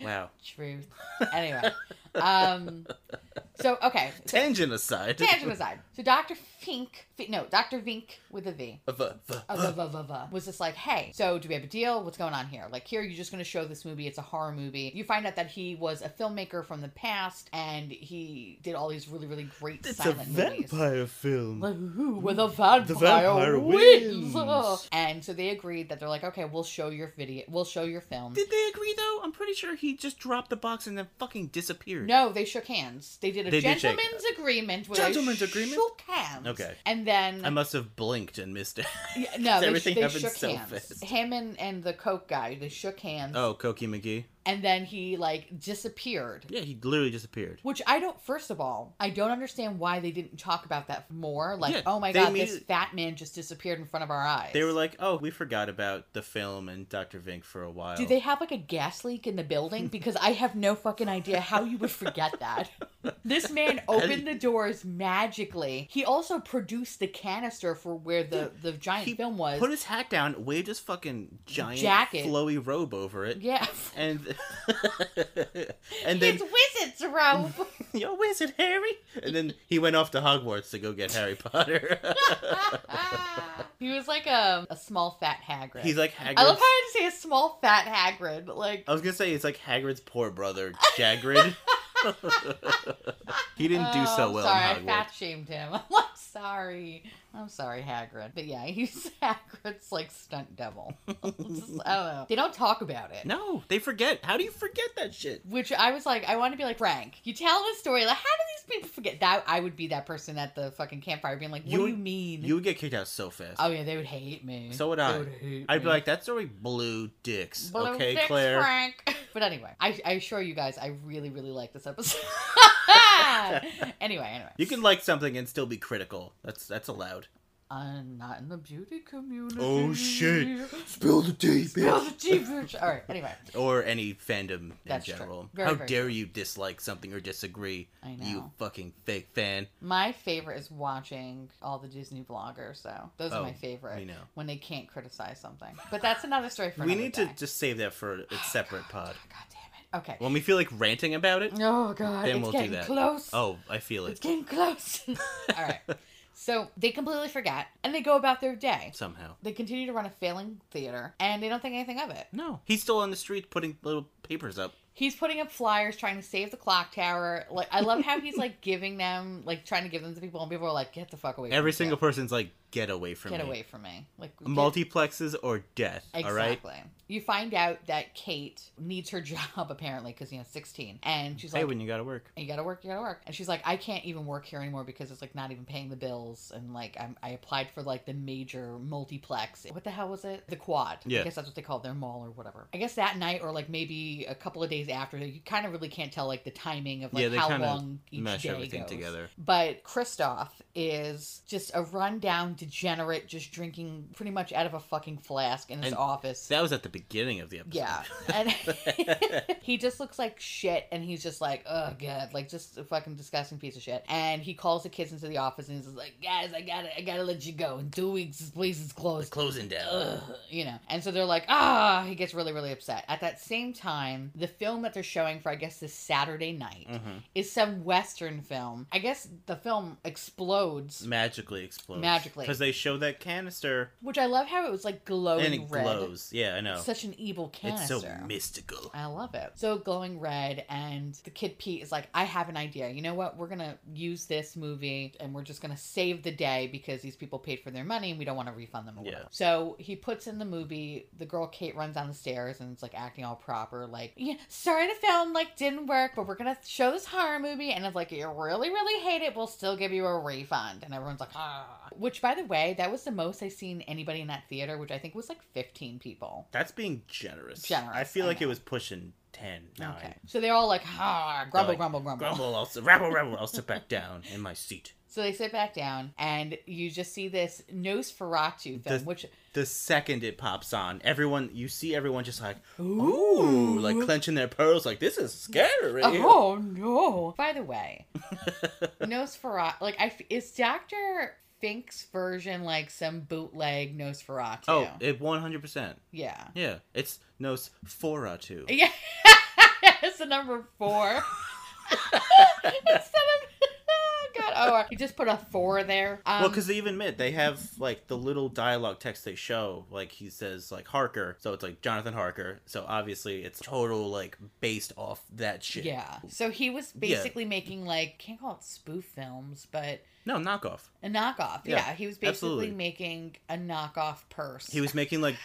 Speaker 1: Wow.
Speaker 2: Truth. Anyway, um, so okay, so,
Speaker 1: [LAUGHS] Tangent aside. [LAUGHS]
Speaker 2: tangent aside. So Dr. Fink, Fi- no, Dr. Vink with a V.
Speaker 1: Uh, v- v-
Speaker 2: uh, v- v- v- Was just like, hey, so do we have a deal? What's going on here? Like, here you're just going to show this movie. It's a horror movie. You find out that he was a filmmaker from the past, and he did all these really, really great
Speaker 1: It's a
Speaker 2: silent movies.
Speaker 1: vampire film.
Speaker 2: Like, ooh, With a vampire,
Speaker 1: vampire
Speaker 2: wins.
Speaker 1: wins.
Speaker 2: and so they agreed that they're like, okay, we'll show your video, we'll show your film.
Speaker 1: Did they agree though? I'm pretty sure he just dropped the box and then fucking disappeared.
Speaker 2: No, they shook hands. They did a
Speaker 1: They did shake-
Speaker 2: gentleman's agreement. Where
Speaker 1: Gentleman's
Speaker 2: they
Speaker 1: agreement?
Speaker 2: Shook hands.
Speaker 1: Okay.
Speaker 2: And then
Speaker 1: I must have blinked and missed it. [LAUGHS]
Speaker 2: yeah, no, they,
Speaker 1: everything
Speaker 2: they
Speaker 1: happened
Speaker 2: shook
Speaker 1: so
Speaker 2: hands.
Speaker 1: fast.
Speaker 2: Him and and the coke guy, they shook hands.
Speaker 1: oh, Cokie McGee.
Speaker 2: And then he like disappeared.
Speaker 1: Yeah, he literally disappeared.
Speaker 2: Which I don't. First of all, I don't understand why they didn't talk about that more. Like,
Speaker 1: Yeah,
Speaker 2: oh my
Speaker 1: they
Speaker 2: god,
Speaker 1: made
Speaker 2: this
Speaker 1: it-
Speaker 2: fat man just disappeared in front of our eyes.
Speaker 1: They were like, "Oh, we forgot about the film and Dr. Vink for a while."
Speaker 2: Do they have like a gas leak in the
Speaker 1: [LAUGHS]
Speaker 2: building? Because I have no fucking idea how you would forget that. This man opened the doors magically. He also produced the canister for where the, the giant
Speaker 1: He
Speaker 2: film was.
Speaker 1: put his hat down, waved his fucking giant
Speaker 2: Jacket.
Speaker 1: flowy robe over it,
Speaker 2: yeah.
Speaker 1: and [LAUGHS] and then
Speaker 2: it's wizard's
Speaker 1: [LAUGHS]
Speaker 2: robe.
Speaker 1: yo, where's it, Harry? And then he went off to Hogwarts to go get Harry
Speaker 2: [LAUGHS]
Speaker 1: Potter.
Speaker 2: [LAUGHS]
Speaker 1: [LAUGHS]
Speaker 2: he was like um, a, a small fat Hagrid.
Speaker 1: He's like Hagrid.
Speaker 2: I love how I had to say a small fat Hagrid. Like
Speaker 1: I was gonna say it's like Hagrid's poor brother, Jagrid. he didn't do
Speaker 2: Oh,
Speaker 1: so
Speaker 2: I'm
Speaker 1: well
Speaker 2: Sorry,
Speaker 1: in
Speaker 2: I
Speaker 1: Hogwarts.
Speaker 2: fat shamed him. [LAUGHS] I'm sorry. I'm sorry, Hagrid. But yeah, [LAUGHS] he's Hagrid's like stunt
Speaker 1: [LAUGHS]
Speaker 2: devil. [LAUGHS] Just- I don't know. They don't talk about it.
Speaker 1: No, they forget. How do you forget that shit?
Speaker 2: Which I was like, I want to be like Frank. You tell the story. Like, how do these people forget that? I would be that person at the fucking campfire, being like, "What
Speaker 1: You
Speaker 2: do
Speaker 1: would-
Speaker 2: you mean?"
Speaker 1: You would get kicked out so fast.
Speaker 2: oh yeah, they would hate me.
Speaker 1: So would
Speaker 2: They
Speaker 1: I.
Speaker 2: hate
Speaker 1: I'd be
Speaker 2: me.
Speaker 1: like, that story blew dicks.
Speaker 2: Blue
Speaker 1: okay,
Speaker 2: dicks,
Speaker 1: Claire.
Speaker 2: Frank. [LAUGHS] But anyway, I, I assure you guys, I really, really like this
Speaker 1: [LAUGHS]
Speaker 2: episode. anyway, anyway,
Speaker 1: You can like something and still be critical. That's that's allowed.
Speaker 2: I'm Uh, not in the beauty community.
Speaker 1: Oh, shit. Spill the tea,
Speaker 2: Spill the tea, bitch. All right. Anyway,
Speaker 1: Or any fandom
Speaker 2: That's
Speaker 1: in
Speaker 2: true.
Speaker 1: general.
Speaker 2: Very,
Speaker 1: How
Speaker 2: very
Speaker 1: dare you dislike something or disagree?
Speaker 2: I know.
Speaker 1: You fucking fake fan.
Speaker 2: my favorite is watching all the Disney vloggers. So those
Speaker 1: Oh,
Speaker 2: are my favorite.
Speaker 1: we know.
Speaker 2: when they can't criticize something. But that's another story for
Speaker 1: we
Speaker 2: another
Speaker 1: need
Speaker 2: day.
Speaker 1: to just save that for a separate pod.
Speaker 2: Oh, God damn it. Okay.
Speaker 1: When we feel like ranting about it.
Speaker 2: Oh god,
Speaker 1: Then
Speaker 2: it's
Speaker 1: we'll do
Speaker 2: getting
Speaker 1: that.
Speaker 2: close.
Speaker 1: Oh, I feel
Speaker 2: It's
Speaker 1: it
Speaker 2: getting close. [LAUGHS] all
Speaker 1: [LAUGHS]
Speaker 2: right. So they completely forget and they go about their day.
Speaker 1: somehow.
Speaker 2: They continue to run a failing theater and they don't think anything of it.
Speaker 1: No, he's still on the street putting little papers up.
Speaker 2: He's putting up flyers trying to save the clock tower. Like I love how he's like giving them like trying to give them to people and people are like, get the fuck away from
Speaker 1: Every
Speaker 2: me,
Speaker 1: single
Speaker 2: get,
Speaker 1: person's like, get away from
Speaker 2: get
Speaker 1: me.
Speaker 2: away from me. Like get-
Speaker 1: Multiplexes or death. All right.
Speaker 2: Exactly. You find out that Kate needs her [LAUGHS] job apparently because you know sixteen, and she's
Speaker 1: Hey,
Speaker 2: like,
Speaker 1: when you gotta work.
Speaker 2: you gotta work, you gotta work. And she's like, I can't even work here anymore because it's like not even paying the bills. And like, I'm, I applied for like the major multiplex. What the hell was it? The quad.
Speaker 1: Yeah.
Speaker 2: I guess that's what they call their mall or whatever. I guess that night or like maybe a couple of days after, you kind of really can't tell like the timing of like
Speaker 1: Yeah, they
Speaker 2: how
Speaker 1: kinda
Speaker 2: long each
Speaker 1: Mesh
Speaker 2: day
Speaker 1: everything
Speaker 2: goes.
Speaker 1: together.
Speaker 2: But Kristoff is just a rundown degenerate, just drinking pretty much out of a fucking flask in his
Speaker 1: And
Speaker 2: office.
Speaker 1: That was at the beginning of the episode. [LAUGHS]
Speaker 2: Yeah. And [LAUGHS] he just looks like shit and he's just like, oh god, like just a fucking disgusting piece of shit. And he calls the kids into the office and he's just like, guys, I gotta I gotta let you go. In two weeks this place is
Speaker 1: It's
Speaker 2: closed.
Speaker 1: closing down.
Speaker 2: Ugh, you know, and so they're like, ah, he gets really, really upset. At that same time, the film that they're showing for, I guess, this Saturday night
Speaker 1: Mm-hmm.
Speaker 2: is some Western film. I guess the film explodes
Speaker 1: Magically explodes.
Speaker 2: Magically.
Speaker 1: because they show that canister
Speaker 2: Which I love how it was like glowing
Speaker 1: and it
Speaker 2: red.
Speaker 1: glows. Yeah, I know.
Speaker 2: Such an evil
Speaker 1: It's
Speaker 2: canister.
Speaker 1: so mystical.
Speaker 2: I love it. So glowing red, and the kid Pete is like, I have an idea. You know what? We're going to use this movie and we're just going to save the day because these people paid for their money and we don't want to refund them or
Speaker 1: Yeah.
Speaker 2: whatever. So he puts in the movie. The girl Kate runs down the stairs and it's like acting all proper, like, yeah, sorry the film like didn't work, but we're going to show this horror movie. And if like you really, really hate it, we'll still give you a refund. And everyone's like, ah. Which, by the way, that was the most I've seen anybody in that theater, which I think was like 15 people.
Speaker 1: That's being generous.
Speaker 2: Generous,
Speaker 1: I feel
Speaker 2: I
Speaker 1: like it
Speaker 2: know.
Speaker 1: was pushing 10, 9.
Speaker 2: Okay. So they're all like, ah, grumble,
Speaker 1: like,
Speaker 2: grumble, grumble.
Speaker 1: Grumble, I'll, sit- rabble, rabble, I'll sit back down in my seat.
Speaker 2: So they sit back down, and you just see this Nosferatu film,
Speaker 1: This-
Speaker 2: which
Speaker 1: The second it pops on, everyone, you see everyone just like,
Speaker 2: Ooh.
Speaker 1: ooh, like clenching their pearls, like, this is scary.
Speaker 2: oh no! By the
Speaker 1: [LAUGHS]
Speaker 2: way, Nosferatu, like I, f- is Doctor Fink's version like some bootleg Nosferatu?
Speaker 1: Oh, it 100%.
Speaker 2: yeah,
Speaker 1: Yeah. It's Nosferatu.
Speaker 2: yeah. [LAUGHS] it's the number
Speaker 1: [LAUGHS]
Speaker 2: four. Instead of [LAUGHS] oh god, oh, you just put a four there. Um,
Speaker 1: well, because they even admit they have like the little dialogue text they show. Like he says, like Harker, so it's like Jonathan Harker. So obviously, it's total like based off that shit.
Speaker 2: yeah, so he was
Speaker 1: Yeah.
Speaker 2: basically making like can't call it spoof films, but
Speaker 1: No knockoff.
Speaker 2: A knockoff. Yeah,
Speaker 1: Yeah,
Speaker 2: he was basically
Speaker 1: absolutely.
Speaker 2: making a knockoff purse.
Speaker 1: He was making like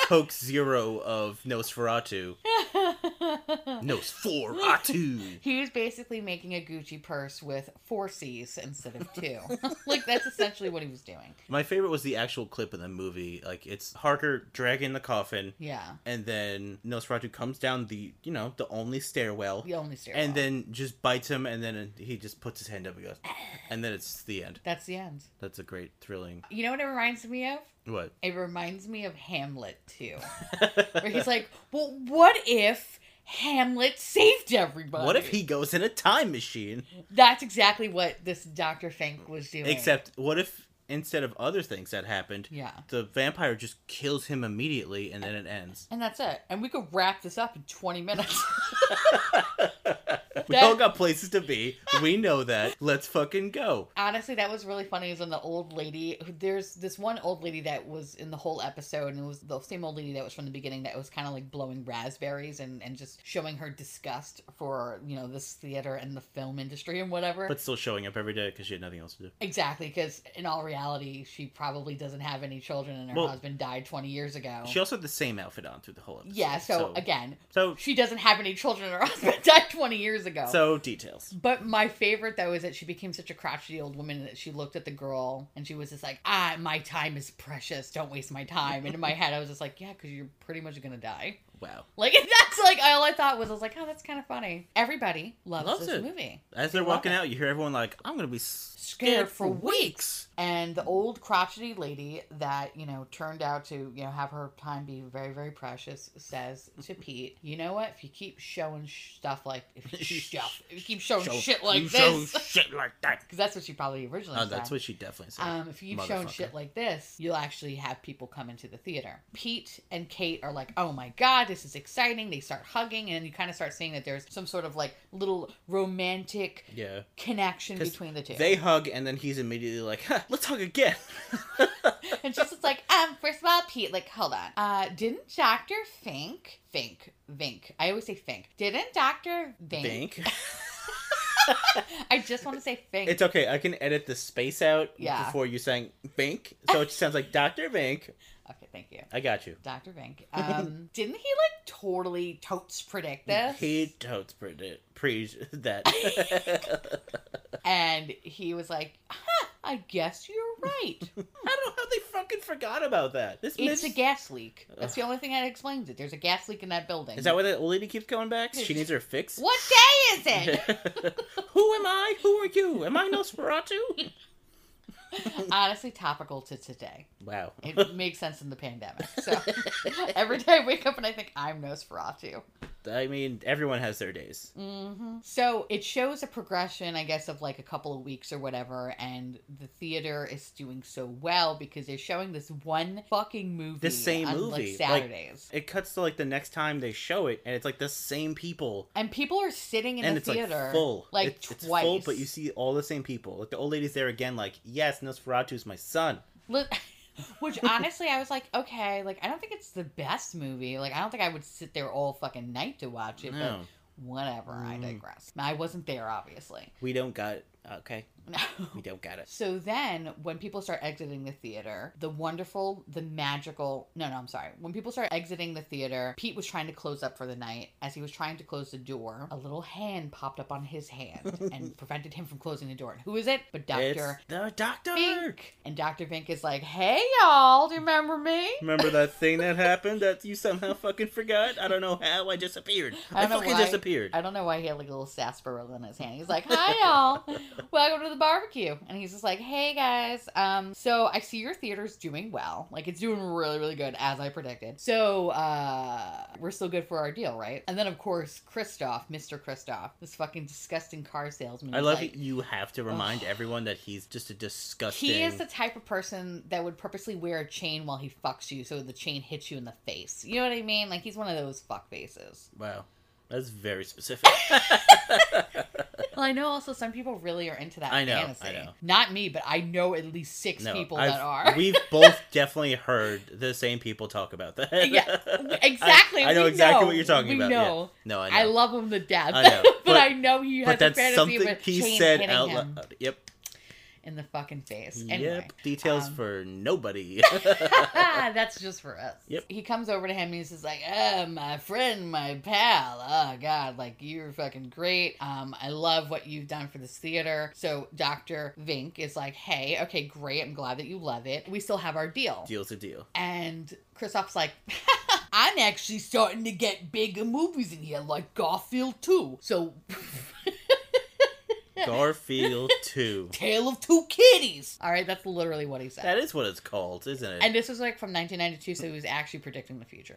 Speaker 1: Coke Zero of
Speaker 2: [LAUGHS]
Speaker 1: Nosferatu. Nosferatu.
Speaker 2: [LAUGHS] he was basically making a Gucci purse with four C's instead of two. [LAUGHS] like that's essentially what he was doing.
Speaker 1: My favorite was the actual clip in the movie. Like it's Harker dragging the coffin,
Speaker 2: Yeah.
Speaker 1: and then Nosferatu comes down the you know the only stairwell.
Speaker 2: The only stairwell.
Speaker 1: And then just bites him, and then he just puts his hand up and goes, and then it's the end.
Speaker 2: that's the end.
Speaker 1: That's a great thrilling.
Speaker 2: You know what it reminds me of?
Speaker 1: What?
Speaker 2: It reminds me of Hamlet
Speaker 1: [LAUGHS]
Speaker 2: too. Where he's like, Well, what if Hamlet saved everybody?
Speaker 1: What if he goes in a time machine?
Speaker 2: That's exactly what this Dr. Fink was doing.
Speaker 1: Except, what if instead of other things that happened,
Speaker 2: Yeah.
Speaker 1: the vampire just kills him immediately and then it
Speaker 2: [LAUGHS]
Speaker 1: ends?
Speaker 2: And that's it. And we could wrap this up in twenty minutes. [LAUGHS]
Speaker 1: We all got places to be. We know that. Let's fucking go.
Speaker 2: Honestly, that was really funny. Is when the old lady, there's this one old lady that was in the whole episode, and it was the same old lady that was from the beginning that was kind of like blowing raspberries and, and just showing her disgust for, you know, this theater and the film industry and whatever.
Speaker 1: But still showing up every day because she had nothing else to do.
Speaker 2: exactly, because in all reality, she probably doesn't have any children, and her
Speaker 1: Well-
Speaker 2: husband died 20 years ago.
Speaker 1: She also had the same outfit on through the whole episode.
Speaker 2: yeah, so, again,
Speaker 1: So,
Speaker 2: she doesn't have any children, and her [LAUGHS] husband died 20 years ago.
Speaker 1: so details.
Speaker 2: But my favorite though is that she became such a crotchety old woman that she looked at the girl and she was just like, "Ah, my time is precious. Don't waste my time." And in my head, I was just like, "Yeah, because you're pretty much gonna die." [LAUGHS]
Speaker 1: Wow.
Speaker 2: Like that's like all I thought was, I was like, "Oh, that's kind of funny." Everybody loves,
Speaker 1: Loves
Speaker 2: this
Speaker 1: it.
Speaker 2: movie.
Speaker 1: As they're
Speaker 2: love
Speaker 1: walking
Speaker 2: it.
Speaker 1: out, you hear everyone like, I'm going to be
Speaker 2: Scared
Speaker 1: scared
Speaker 2: for
Speaker 1: for
Speaker 2: weeks.
Speaker 1: weeks.
Speaker 2: And the old crotchety lady that you know turned out to you know have her time be very very precious says
Speaker 1: [LAUGHS]
Speaker 2: to Pete, "You know what? If you keep showing sh- stuff like
Speaker 1: [LAUGHS]
Speaker 2: if you, stuff, if you keep showing
Speaker 1: Show-
Speaker 2: shit like
Speaker 1: you show
Speaker 2: this."
Speaker 1: shit like
Speaker 2: [LAUGHS]
Speaker 1: that.
Speaker 2: Because that's what she probably originally
Speaker 1: Oh,
Speaker 2: said.
Speaker 1: that's what she definitely said.
Speaker 2: Um, if you've shown
Speaker 1: Motherfucker.
Speaker 2: shit like this, you'll actually have people come into the theater. Pete and Kate are like, oh my God, this is exciting. They start hugging, and you kind of start seeing that there's some sort of like little romantic
Speaker 1: yeah.
Speaker 2: connection
Speaker 1: 'Cause
Speaker 2: between the two.
Speaker 1: They hug, and then he's immediately like, "Huh, "Let's hug again." [LAUGHS]
Speaker 2: and she's just like, um, first of all, Pete, like, hold on. Uh, didn't Dr. Fink, Fink, Vink, I always say Fink, didn't Dr. Vink,
Speaker 1: Think
Speaker 2: I just want to say Fink.
Speaker 1: it's okay. I can edit the space out
Speaker 2: Yeah.
Speaker 1: before you saying "Vink," so it just sounds like Doctor Vink.
Speaker 2: okay, thank you.
Speaker 1: I got you.
Speaker 2: Dr.
Speaker 1: [LAUGHS]
Speaker 2: Vink. Um, didn't he like totally totes predict this?
Speaker 1: He totes pre pre
Speaker 2: [LAUGHS]
Speaker 1: [LAUGHS] that.
Speaker 2: And he was like, huh, I guess you're right.
Speaker 1: I don't know how they fucking forgot about that. This
Speaker 2: It's
Speaker 1: [LAUGHS] miss-
Speaker 2: a gas leak. That's the only thing that explains it. There's a gas leak in that building.
Speaker 1: Is that why that old lady keeps going back? She needs her fix. [LAUGHS]
Speaker 2: What day is it?
Speaker 1: Who am I? Who are you? Am I Nosferatu?
Speaker 2: Honestly, topical to today.
Speaker 1: wow.
Speaker 2: It makes sense in the pandemic. So [LAUGHS] every day I wake up and I think I'm Nosferatu.
Speaker 1: I mean, everyone has their days. Mm-hmm.
Speaker 2: hmm So it shows a progression, I guess, of like a couple of weeks or whatever, and the theater is doing so well because they're showing this one fucking movie.
Speaker 1: The same
Speaker 2: on,
Speaker 1: movie,
Speaker 2: like
Speaker 1: like-
Speaker 2: Saturdays.
Speaker 1: It cuts to like the next time they show it, and it's like the same people
Speaker 2: and people are sitting in
Speaker 1: and
Speaker 2: the
Speaker 1: it's
Speaker 2: theater
Speaker 1: like full,
Speaker 2: like
Speaker 1: it's,
Speaker 2: twice.
Speaker 1: it's full, but you see all the same people. Like the old lady's there again, like yes, Nosferatu's my son.
Speaker 2: Li- [LAUGHS] Which honestly, I was like, okay, like I don't think it's the best movie. Like I don't think I would sit there all fucking night to watch it.
Speaker 1: No,
Speaker 2: But whatever, I
Speaker 1: Mm.
Speaker 2: digress. I wasn't there, obviously. [LAUGHS]
Speaker 1: we don't got it. Okay, we don't got it.
Speaker 2: So then, when people start exiting the theater, the wonderful, the magical, no, no, I'm sorry. When people start exiting the theater, Pete was trying to close up for the night. As he was trying to close the door, a little hand popped up on his
Speaker 1: [LAUGHS]
Speaker 2: hand and prevented him from closing the door. And who is it? But Dr.
Speaker 1: It's the doctor.
Speaker 2: Vink. And Dr. Vink is like, hey, y'all, do you remember me?
Speaker 1: Remember that thing that happened that you somehow fucking forgot? I don't know how. I disappeared.
Speaker 2: I
Speaker 1: I,
Speaker 2: don't know
Speaker 1: fucking
Speaker 2: why.
Speaker 1: disappeared.
Speaker 2: I don't know why he had like a little sarsaparilla in his hand. He's like, "Hi y'all, welcome to the barbecue," and he's just like, "Hey guys, um, so I see your theater's doing well. Like it's doing really, really good as I predicted. So uh, we're still good for our deal, right?" And then of course, Kristoff, Mister Kristoff, this fucking disgusting car salesman.
Speaker 1: I
Speaker 2: is
Speaker 1: love
Speaker 2: like,
Speaker 1: that you have to remind everyone that he's just a disgusting.
Speaker 2: He is the type of person that would purposely wear a chain while he fucks you, so the chain hits you in the face. You know what I mean? Like he's one of those fuck faces.
Speaker 1: Wow, that's very specific.
Speaker 2: [LAUGHS] Well, I know also some people really are into that
Speaker 1: I know,
Speaker 2: fantasy.
Speaker 1: I know.
Speaker 2: Not me, but I know at least six
Speaker 1: no,
Speaker 2: people
Speaker 1: I've-
Speaker 2: that are.
Speaker 1: [LAUGHS] we've both definitely heard the same people talk about
Speaker 2: [LAUGHS]
Speaker 1: that.
Speaker 2: yeah, exactly.
Speaker 1: [LAUGHS] I know
Speaker 2: we
Speaker 1: exactly what you're talking
Speaker 2: we
Speaker 1: about, yeah.
Speaker 2: Know.
Speaker 1: No, I know.
Speaker 2: I, love him to death,
Speaker 1: I
Speaker 2: [LAUGHS]
Speaker 1: know,
Speaker 2: but,
Speaker 1: but-
Speaker 2: I know he has
Speaker 1: but
Speaker 2: a
Speaker 1: that's
Speaker 2: fantasy
Speaker 1: something
Speaker 2: of a
Speaker 1: he
Speaker 2: chain
Speaker 1: said
Speaker 2: hitting
Speaker 1: out
Speaker 2: him
Speaker 1: loud. Yep.
Speaker 2: in the fucking face. Anyway. [LAUGHS]
Speaker 1: [LAUGHS] yep. Details
Speaker 2: um,
Speaker 1: for
Speaker 2: [LAUGHS]
Speaker 1: nobody. [LAUGHS]
Speaker 2: That's just for us.
Speaker 1: Yep.
Speaker 2: He comes over to him and he's just like, oh, my friend, my pal. Oh, God, like, you're fucking great. Um, I love what you've done for this theater. So Dr. Vink is like, hey, okay, great. I'm glad that you love it. We still have our deal.
Speaker 1: Deal's
Speaker 2: [LAUGHS]
Speaker 1: a deal.
Speaker 2: And Kristoff's like, [LAUGHS] I'm actually starting to get bigger movies in here, like Garfield 2. So,
Speaker 1: Garfield 2.
Speaker 2: Tale of Two Kitties. All right, that's literally what he said.
Speaker 1: That is what it's called, isn't it?
Speaker 2: and this was like from 1992, so he was actually predicting the
Speaker 1: [LAUGHS]
Speaker 2: future.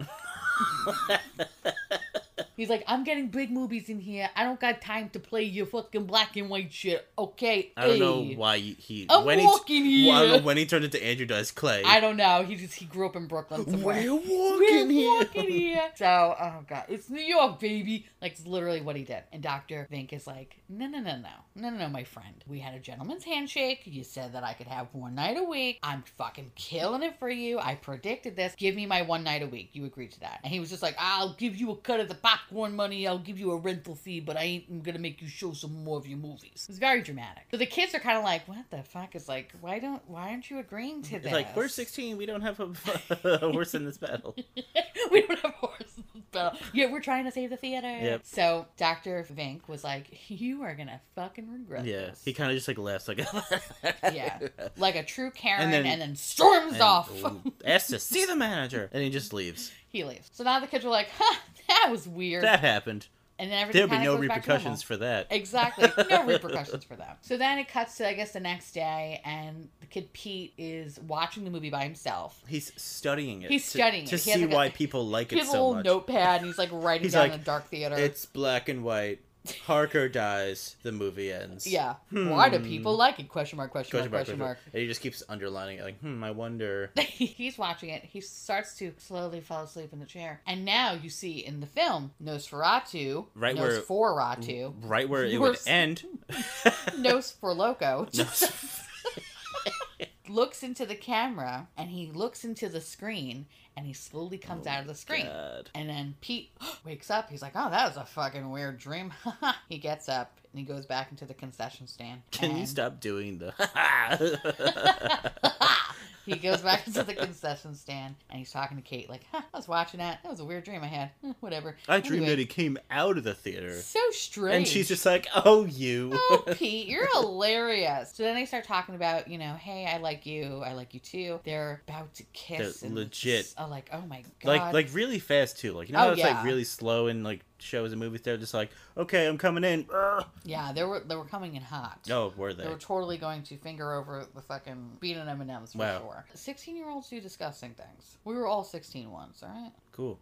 Speaker 2: He's like, I'm getting big movies in here. I don't got time to play your fucking black and white shit. Okay.
Speaker 1: I don't know
Speaker 2: ayy.
Speaker 1: why he
Speaker 2: I'm
Speaker 1: when he
Speaker 2: walking here.
Speaker 1: well, I don't know when he turned into Andrew Dice Clay.
Speaker 2: I don't know. He just he grew up in Brooklyn somewhere.
Speaker 1: We're walking
Speaker 2: We're
Speaker 1: here.
Speaker 2: walking here. [LAUGHS] So, oh god, it's New York, baby. Like it's literally what he did. And Doctor Vink is like, no, no, no, no, no, no, no, my friend. We had a gentleman's handshake. You said that I could have one night a week. I'm fucking killing it for you. I predicted this. Give me my one night a week. You agreed to that. And he was just like, I'll give you a cut of the popcorn money. I'll give you a rental fee, but I ain't gonna make you show some more of your movies. It's very dramatic. So the kids are kind of like, what the fuck? It's like, why don't, why aren't you agreeing to
Speaker 1: It's
Speaker 2: this?
Speaker 1: like we're 16. We don't have a, [LAUGHS] a horse in this battle.
Speaker 2: [LAUGHS] we don't have horses in this battle. Yeah, we're trying to save the theater.
Speaker 1: Yep.
Speaker 2: So Dr. Vink was like, You are gonna fucking regret
Speaker 1: Yeah,
Speaker 2: this.
Speaker 1: he kind of just like laughs like. [LAUGHS]
Speaker 2: Yeah. like a true Karen and
Speaker 1: And
Speaker 2: then,
Speaker 1: then-
Speaker 2: storms
Speaker 1: and [LAUGHS] oh.
Speaker 2: off.
Speaker 1: asks to see the manager, and he just leaves.
Speaker 2: [LAUGHS] he leaves. So now the kids were like, Huh, that was weird.
Speaker 1: That happened.
Speaker 2: and then everything
Speaker 1: There'd be
Speaker 2: kinda
Speaker 1: no
Speaker 2: goes back to normal.
Speaker 1: repercussions for that.
Speaker 2: [LAUGHS] Exactly.
Speaker 1: [LAUGHS]
Speaker 2: No repercussions for them. So then it cuts to I guess the next day and the kid Pete is watching the movie by himself.
Speaker 1: He's studying it.
Speaker 2: He's
Speaker 1: to-
Speaker 2: studying
Speaker 1: to
Speaker 2: it. He has,
Speaker 1: see
Speaker 2: like, a-
Speaker 1: why people like
Speaker 2: He
Speaker 1: it
Speaker 2: has a
Speaker 1: so
Speaker 2: little
Speaker 1: much.
Speaker 2: notepad and he's like writing
Speaker 1: [LAUGHS] He's
Speaker 2: down
Speaker 1: like,
Speaker 2: in a dark theater.
Speaker 1: It's black and white. Harker dies. The movie ends.
Speaker 2: yeah. Why do
Speaker 1: Hmm.
Speaker 2: people like it? Question mark, question,
Speaker 1: Question
Speaker 2: mark,
Speaker 1: mark,
Speaker 2: question mark.
Speaker 1: And he just keeps underlining it, like, hmm, I wonder.
Speaker 2: [LAUGHS] he's watching it. He starts to slowly fall asleep in the chair. And now you see in the film Nosferatu,
Speaker 1: Right where- [LAUGHS]
Speaker 2: Nosferatu,
Speaker 1: Right where it
Speaker 2: You
Speaker 1: would
Speaker 2: were-
Speaker 1: end.
Speaker 2: [LAUGHS]
Speaker 1: [LAUGHS]
Speaker 2: Nosferloco
Speaker 1: No.
Speaker 2: just [LAUGHS] looks into the camera and he looks into the screen and he slowly comes
Speaker 1: Oh
Speaker 2: out of the screen.
Speaker 1: God.
Speaker 2: And then Pete [GASPS] wakes up. He's like, "Oh, that was a fucking weird dream." [LAUGHS] he gets up and he goes back into the concession stand.
Speaker 1: [LAUGHS] Can you
Speaker 2: and-
Speaker 1: stop doing the? [LAUGHS]
Speaker 2: he goes back into
Speaker 1: [LAUGHS]
Speaker 2: the concession stand and he's talking to Kate, like, huh, I was watching that. That was a weird dream I had. [LAUGHS] Eh, Whatever.
Speaker 1: I dreamed that
Speaker 2: Anyway.
Speaker 1: he came out of the theater,
Speaker 2: So strange.
Speaker 1: and she's just like, "Oh, you." [LAUGHS]
Speaker 2: Oh, Pete, you're hilarious. So then they start talking about, you know, hey, I like you. I like you too. They're about to kiss.
Speaker 1: They're
Speaker 2: and it's
Speaker 1: legit.
Speaker 2: just- Oh, like, oh my God.
Speaker 1: like like really fast too. Like you know,
Speaker 2: Oh,
Speaker 1: how it's
Speaker 2: yeah.
Speaker 1: like really slow in like shows and movies. They're just like, okay, I'm coming in. Urgh.
Speaker 2: yeah, they were, they were coming in hot.
Speaker 1: Oh, were
Speaker 2: They
Speaker 1: they?
Speaker 2: were totally going to finger over the fucking beat an M&M's for
Speaker 1: Wow.
Speaker 2: sure. 16 year olds do disgusting things. We were all 16 once, all right?
Speaker 1: Cool.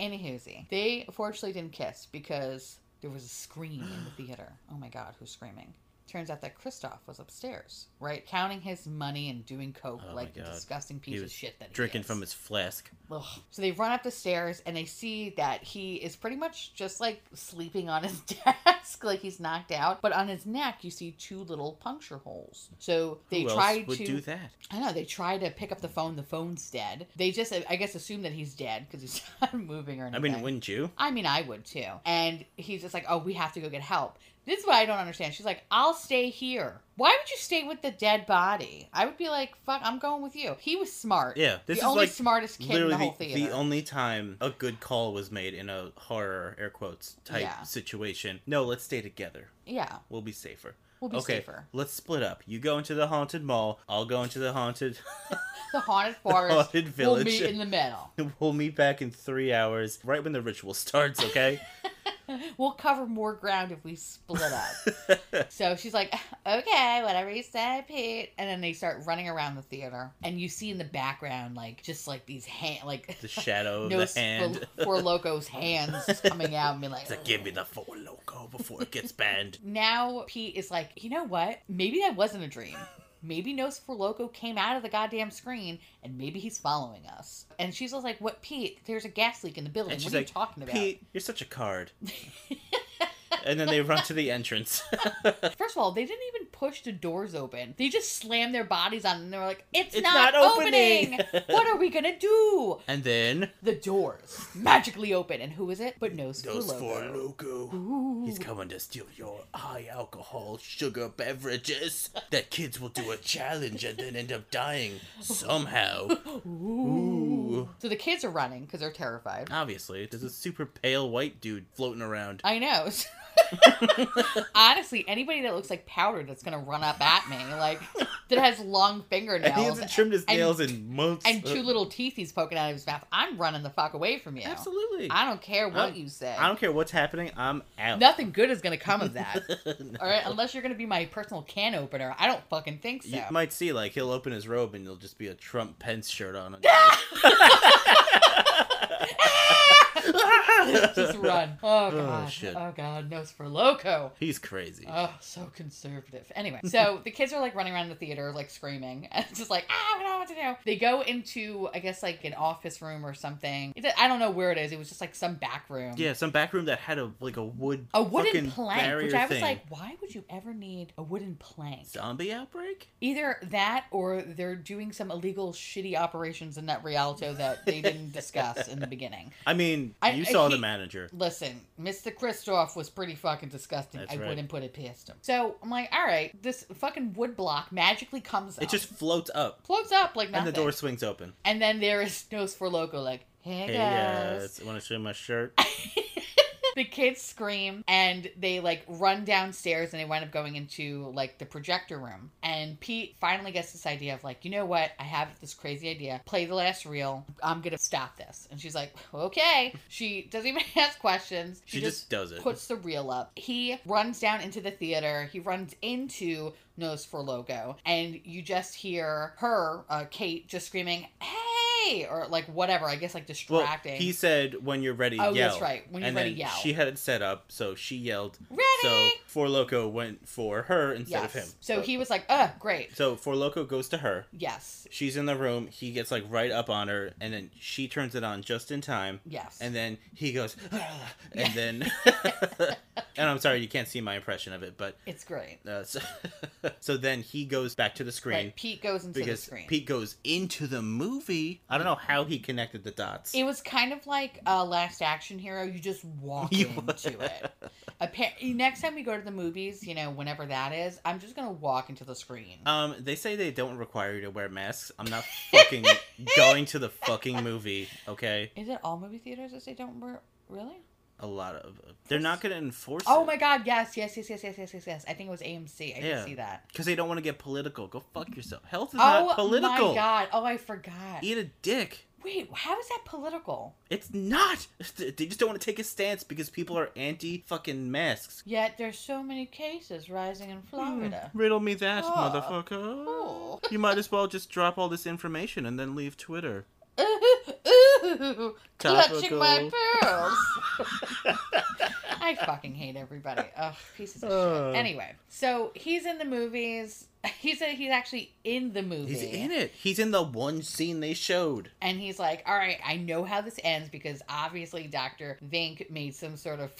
Speaker 2: Anywhoozy, they fortunately didn't kiss because there was a scream in the theater. [GASPS] Oh my god, who's screaming? Turns out that Kristoff was upstairs, right, counting his money and doing coke
Speaker 1: Oh my
Speaker 2: like the
Speaker 1: God.
Speaker 2: disgusting
Speaker 1: He
Speaker 2: piece of
Speaker 1: was
Speaker 2: shit that he
Speaker 1: Drinking
Speaker 2: is.
Speaker 1: from his flask.
Speaker 2: Ugh. So they run up the stairs and they see that he is pretty much just like sleeping on his [LAUGHS] desk. desk like he's knocked out, but on his neck you see two little puncture holes. So they
Speaker 1: Who
Speaker 2: try
Speaker 1: else would
Speaker 2: to
Speaker 1: do that?
Speaker 2: I don't know. They try to pick up the phone. The phone's dead. They just, I guess, assume that he's dead because he's [LAUGHS] not moving or
Speaker 1: I
Speaker 2: anything.
Speaker 1: mean, wouldn't you?
Speaker 2: I mean, I would too. And he's just like, oh, we have to go get help. This is what I don't understand. She's like, I'll stay here. Why would you stay with the dead body? I would be like, fuck, I'm going with you. He was smart.
Speaker 1: Yeah, this
Speaker 2: the
Speaker 1: is
Speaker 2: only
Speaker 1: like
Speaker 2: smartest kid in the
Speaker 1: literally
Speaker 2: whole
Speaker 1: the,
Speaker 2: theater.
Speaker 1: only time a good call was made in a horror air quotes type
Speaker 2: Yeah.
Speaker 1: situation. No, let's stay together.
Speaker 2: yeah,
Speaker 1: We'll be safer.
Speaker 2: we'll be
Speaker 1: okay,
Speaker 2: safer.
Speaker 1: let's split up. You go into the haunted mall. I'll go into
Speaker 2: [LAUGHS]
Speaker 1: the haunted
Speaker 2: The
Speaker 1: [LAUGHS]
Speaker 2: haunted forest
Speaker 1: haunted
Speaker 2: will
Speaker 1: village.
Speaker 2: meet in the middle.
Speaker 1: [LAUGHS]
Speaker 2: [LAUGHS]
Speaker 1: We'll meet back in three hours, right when the ritual [LAUGHS] starts. Okay.
Speaker 2: We'll cover more ground if we split up.
Speaker 1: [LAUGHS]
Speaker 2: so she's like, [LAUGHS] okay, whatever you say, Pete. And then they start running around the theater. And you see in the background, like, just like these hand, like,
Speaker 1: the shadow of
Speaker 2: no
Speaker 1: the hand.
Speaker 2: Four Locos
Speaker 1: [LAUGHS]
Speaker 2: hands coming out and be like,
Speaker 1: It's like, give me the four loco before it gets banned.
Speaker 2: [LAUGHS] Now Pete is like, you know what? Maybe that wasn't a dream. Maybe Nos for Loco came out of the goddamn screen and maybe he's following us. And she's just like, what, Pete? There's a gas leak in the building.
Speaker 1: And
Speaker 2: What
Speaker 1: she's
Speaker 2: are
Speaker 1: like,
Speaker 2: you talking about?
Speaker 1: Pete, you're such a card. and then they run to
Speaker 2: [LAUGHS]
Speaker 1: the entrance.
Speaker 2: [LAUGHS] First of all, they didn't even push the doors open. They just slammed their bodies on it and they were like, it's,
Speaker 1: It's
Speaker 2: not,
Speaker 1: not opening."
Speaker 2: opening.
Speaker 1: [LAUGHS]
Speaker 2: what are we going to do?
Speaker 1: and then
Speaker 2: The doors magically open. And who is it? But Nos for
Speaker 1: those four
Speaker 2: Loco.
Speaker 1: loco.
Speaker 2: Ooh.
Speaker 1: He's coming to steal your high alcohol sugar beverages. That kids will do a challenge and then end up dying somehow.
Speaker 2: Ooh. So the kids are running because they're terrified.
Speaker 1: Obviously, there's a super pale white dude floating around.
Speaker 2: I know. [LAUGHS] Honestly, anybody that looks like powder that's gonna run up at me, like that has long
Speaker 1: And [LAUGHS] he
Speaker 2: fingernails
Speaker 1: hasn't trimmed his
Speaker 2: and-
Speaker 1: nails in months.
Speaker 2: and
Speaker 1: [LAUGHS]
Speaker 2: two little teeth he's poking out of his mouth, I'm running the fuck away from you.
Speaker 1: Absolutely.
Speaker 2: I don't care what
Speaker 1: I'm-
Speaker 2: you say.
Speaker 1: I don't care what's happening. I'm out.
Speaker 2: Nothing good is gonna come of that.
Speaker 1: [LAUGHS] No.
Speaker 2: All right, unless you're gonna be my personal can opener. I don't fucking think so.
Speaker 1: You might see, like, he'll open his robe and there'll just be a Trump Pence
Speaker 2: [LAUGHS]
Speaker 1: shirt on.
Speaker 2: [LAUGHS] Uh, Just run.
Speaker 1: [LAUGHS]
Speaker 2: Oh god. Oh,
Speaker 1: shit.
Speaker 2: god. Nose for loco.
Speaker 1: He's crazy.
Speaker 2: Oh, so conservative. Anyway, so
Speaker 1: [LAUGHS]
Speaker 2: the kids are like running around the theater, like screaming, [LAUGHS] and it's just like, ah, we don't know what to do. They go into, I guess, like an office room or something. It's- I don't know where it is. It was just like some back room.
Speaker 1: yeah, some back room that had a like a wood
Speaker 2: A wooden
Speaker 1: fucking
Speaker 2: plank,
Speaker 1: barrier
Speaker 2: which I was
Speaker 1: thing.
Speaker 2: like, why would you ever need a wooden plank?
Speaker 1: zombie outbreak.
Speaker 2: Either that or they're doing some illegal, shitty operations in that Rialto that they
Speaker 1: [LAUGHS]
Speaker 2: didn't discuss in the beginning.
Speaker 1: I mean,
Speaker 2: I- uh,
Speaker 1: you
Speaker 2: I
Speaker 1: saw the
Speaker 2: hate-
Speaker 1: manager.
Speaker 2: Listen, Mr. Kristoff was pretty fucking disgusting.
Speaker 1: That's
Speaker 2: I
Speaker 1: right.
Speaker 2: wouldn't put it past him. So I'm like, all right, this fucking wood block magically comes up.
Speaker 1: It just floats up
Speaker 2: floats up like nothing.
Speaker 1: and the door swings open.
Speaker 2: And then there is Nose for Loco, like, hey,
Speaker 1: Hey,
Speaker 2: guys.
Speaker 1: guys, want to show you my shirt?
Speaker 2: The kids scream and they like run downstairs and they wind up going into like the projector room. And Pete finally gets this idea of like, you know what? I have this crazy idea. Play the last reel. I'm going to stop this. And she's like, okay. She doesn't even [LAUGHS] ask questions.
Speaker 1: She, just, does it.
Speaker 2: puts the reel up. He runs down into the theater. He runs into Nose for Logo, and you just hear her, uh, Kate, just screaming, "Hey!" or like whatever. I guess like
Speaker 1: well,
Speaker 2: distracting.
Speaker 1: he said when you're ready,
Speaker 2: oh,
Speaker 1: yell.
Speaker 2: that's right. When you're
Speaker 1: and
Speaker 2: ready,
Speaker 1: then
Speaker 2: yell.
Speaker 1: she had it set up, so she yelled.
Speaker 2: ready.
Speaker 1: So Four Loco went for her instead
Speaker 2: yes.
Speaker 1: of him.
Speaker 2: So he was like, "Uh, great."
Speaker 1: So Four Loco goes to her.
Speaker 2: Yes.
Speaker 1: She's in the room. He gets like right up on her, and then she turns it on just in time.
Speaker 2: Yes.
Speaker 1: And then he goes, "Ah," and
Speaker 2: [LAUGHS]
Speaker 1: then, [LAUGHS] and I'm sorry, you can't see my impression of it, but
Speaker 2: it's great.
Speaker 1: uh, [LAUGHS] so, so then he goes back to the screen
Speaker 2: Right. Pete goes into the
Speaker 1: because
Speaker 2: screen.
Speaker 1: Pete goes into the movie. I don't know how he connected the dots.
Speaker 2: It was kind of like uh, Last Action Hero. You just walk
Speaker 1: [LAUGHS] You-
Speaker 2: into it. Appa- next time we go to the movies, you know, whenever that is, I'm just gonna walk into the screen.
Speaker 1: um, they say they don't require you to wear masks. I'm not
Speaker 2: [LAUGHS]
Speaker 1: fucking going to the fucking movie. Okay,
Speaker 2: Is it all movie theaters that they don't wear? Really?
Speaker 1: a lot of they're not gonna enforce.
Speaker 2: Oh my God! Yes, yes, yes, yes, yes, yes, yes, yes. I think it was AMC. I
Speaker 1: Yeah.
Speaker 2: did see that.
Speaker 1: Because they don't want to get political. Go fuck yourself. Health is
Speaker 2: Oh
Speaker 1: not political.
Speaker 2: my God! Oh, I forgot.
Speaker 1: Eat a dick.
Speaker 2: Wait, how is that political?
Speaker 1: It's not. [LAUGHS] They just don't want to take a stance because people are anti fucking masks.
Speaker 2: Yet there's so many cases rising in Florida.
Speaker 1: [LAUGHS] Hmm, riddle me that,
Speaker 2: Oh.
Speaker 1: motherfucker.
Speaker 2: Oh.
Speaker 1: You might as well just drop all this information and then leave Twitter.
Speaker 2: Ooh, ooh, [LAUGHS] clutching my
Speaker 1: Topical. [LAUGHS]
Speaker 2: pearls. I fucking hate everybody. Ugh, pieces of
Speaker 1: Ugh.
Speaker 2: shit. Anyway, so he's in the movies. [LAUGHS] He's a, he's actually in the movie.
Speaker 1: He's in it. He's in the one scene they showed.
Speaker 2: And he's like, all right, I know how this ends because obviously Dr. Vink made some sort of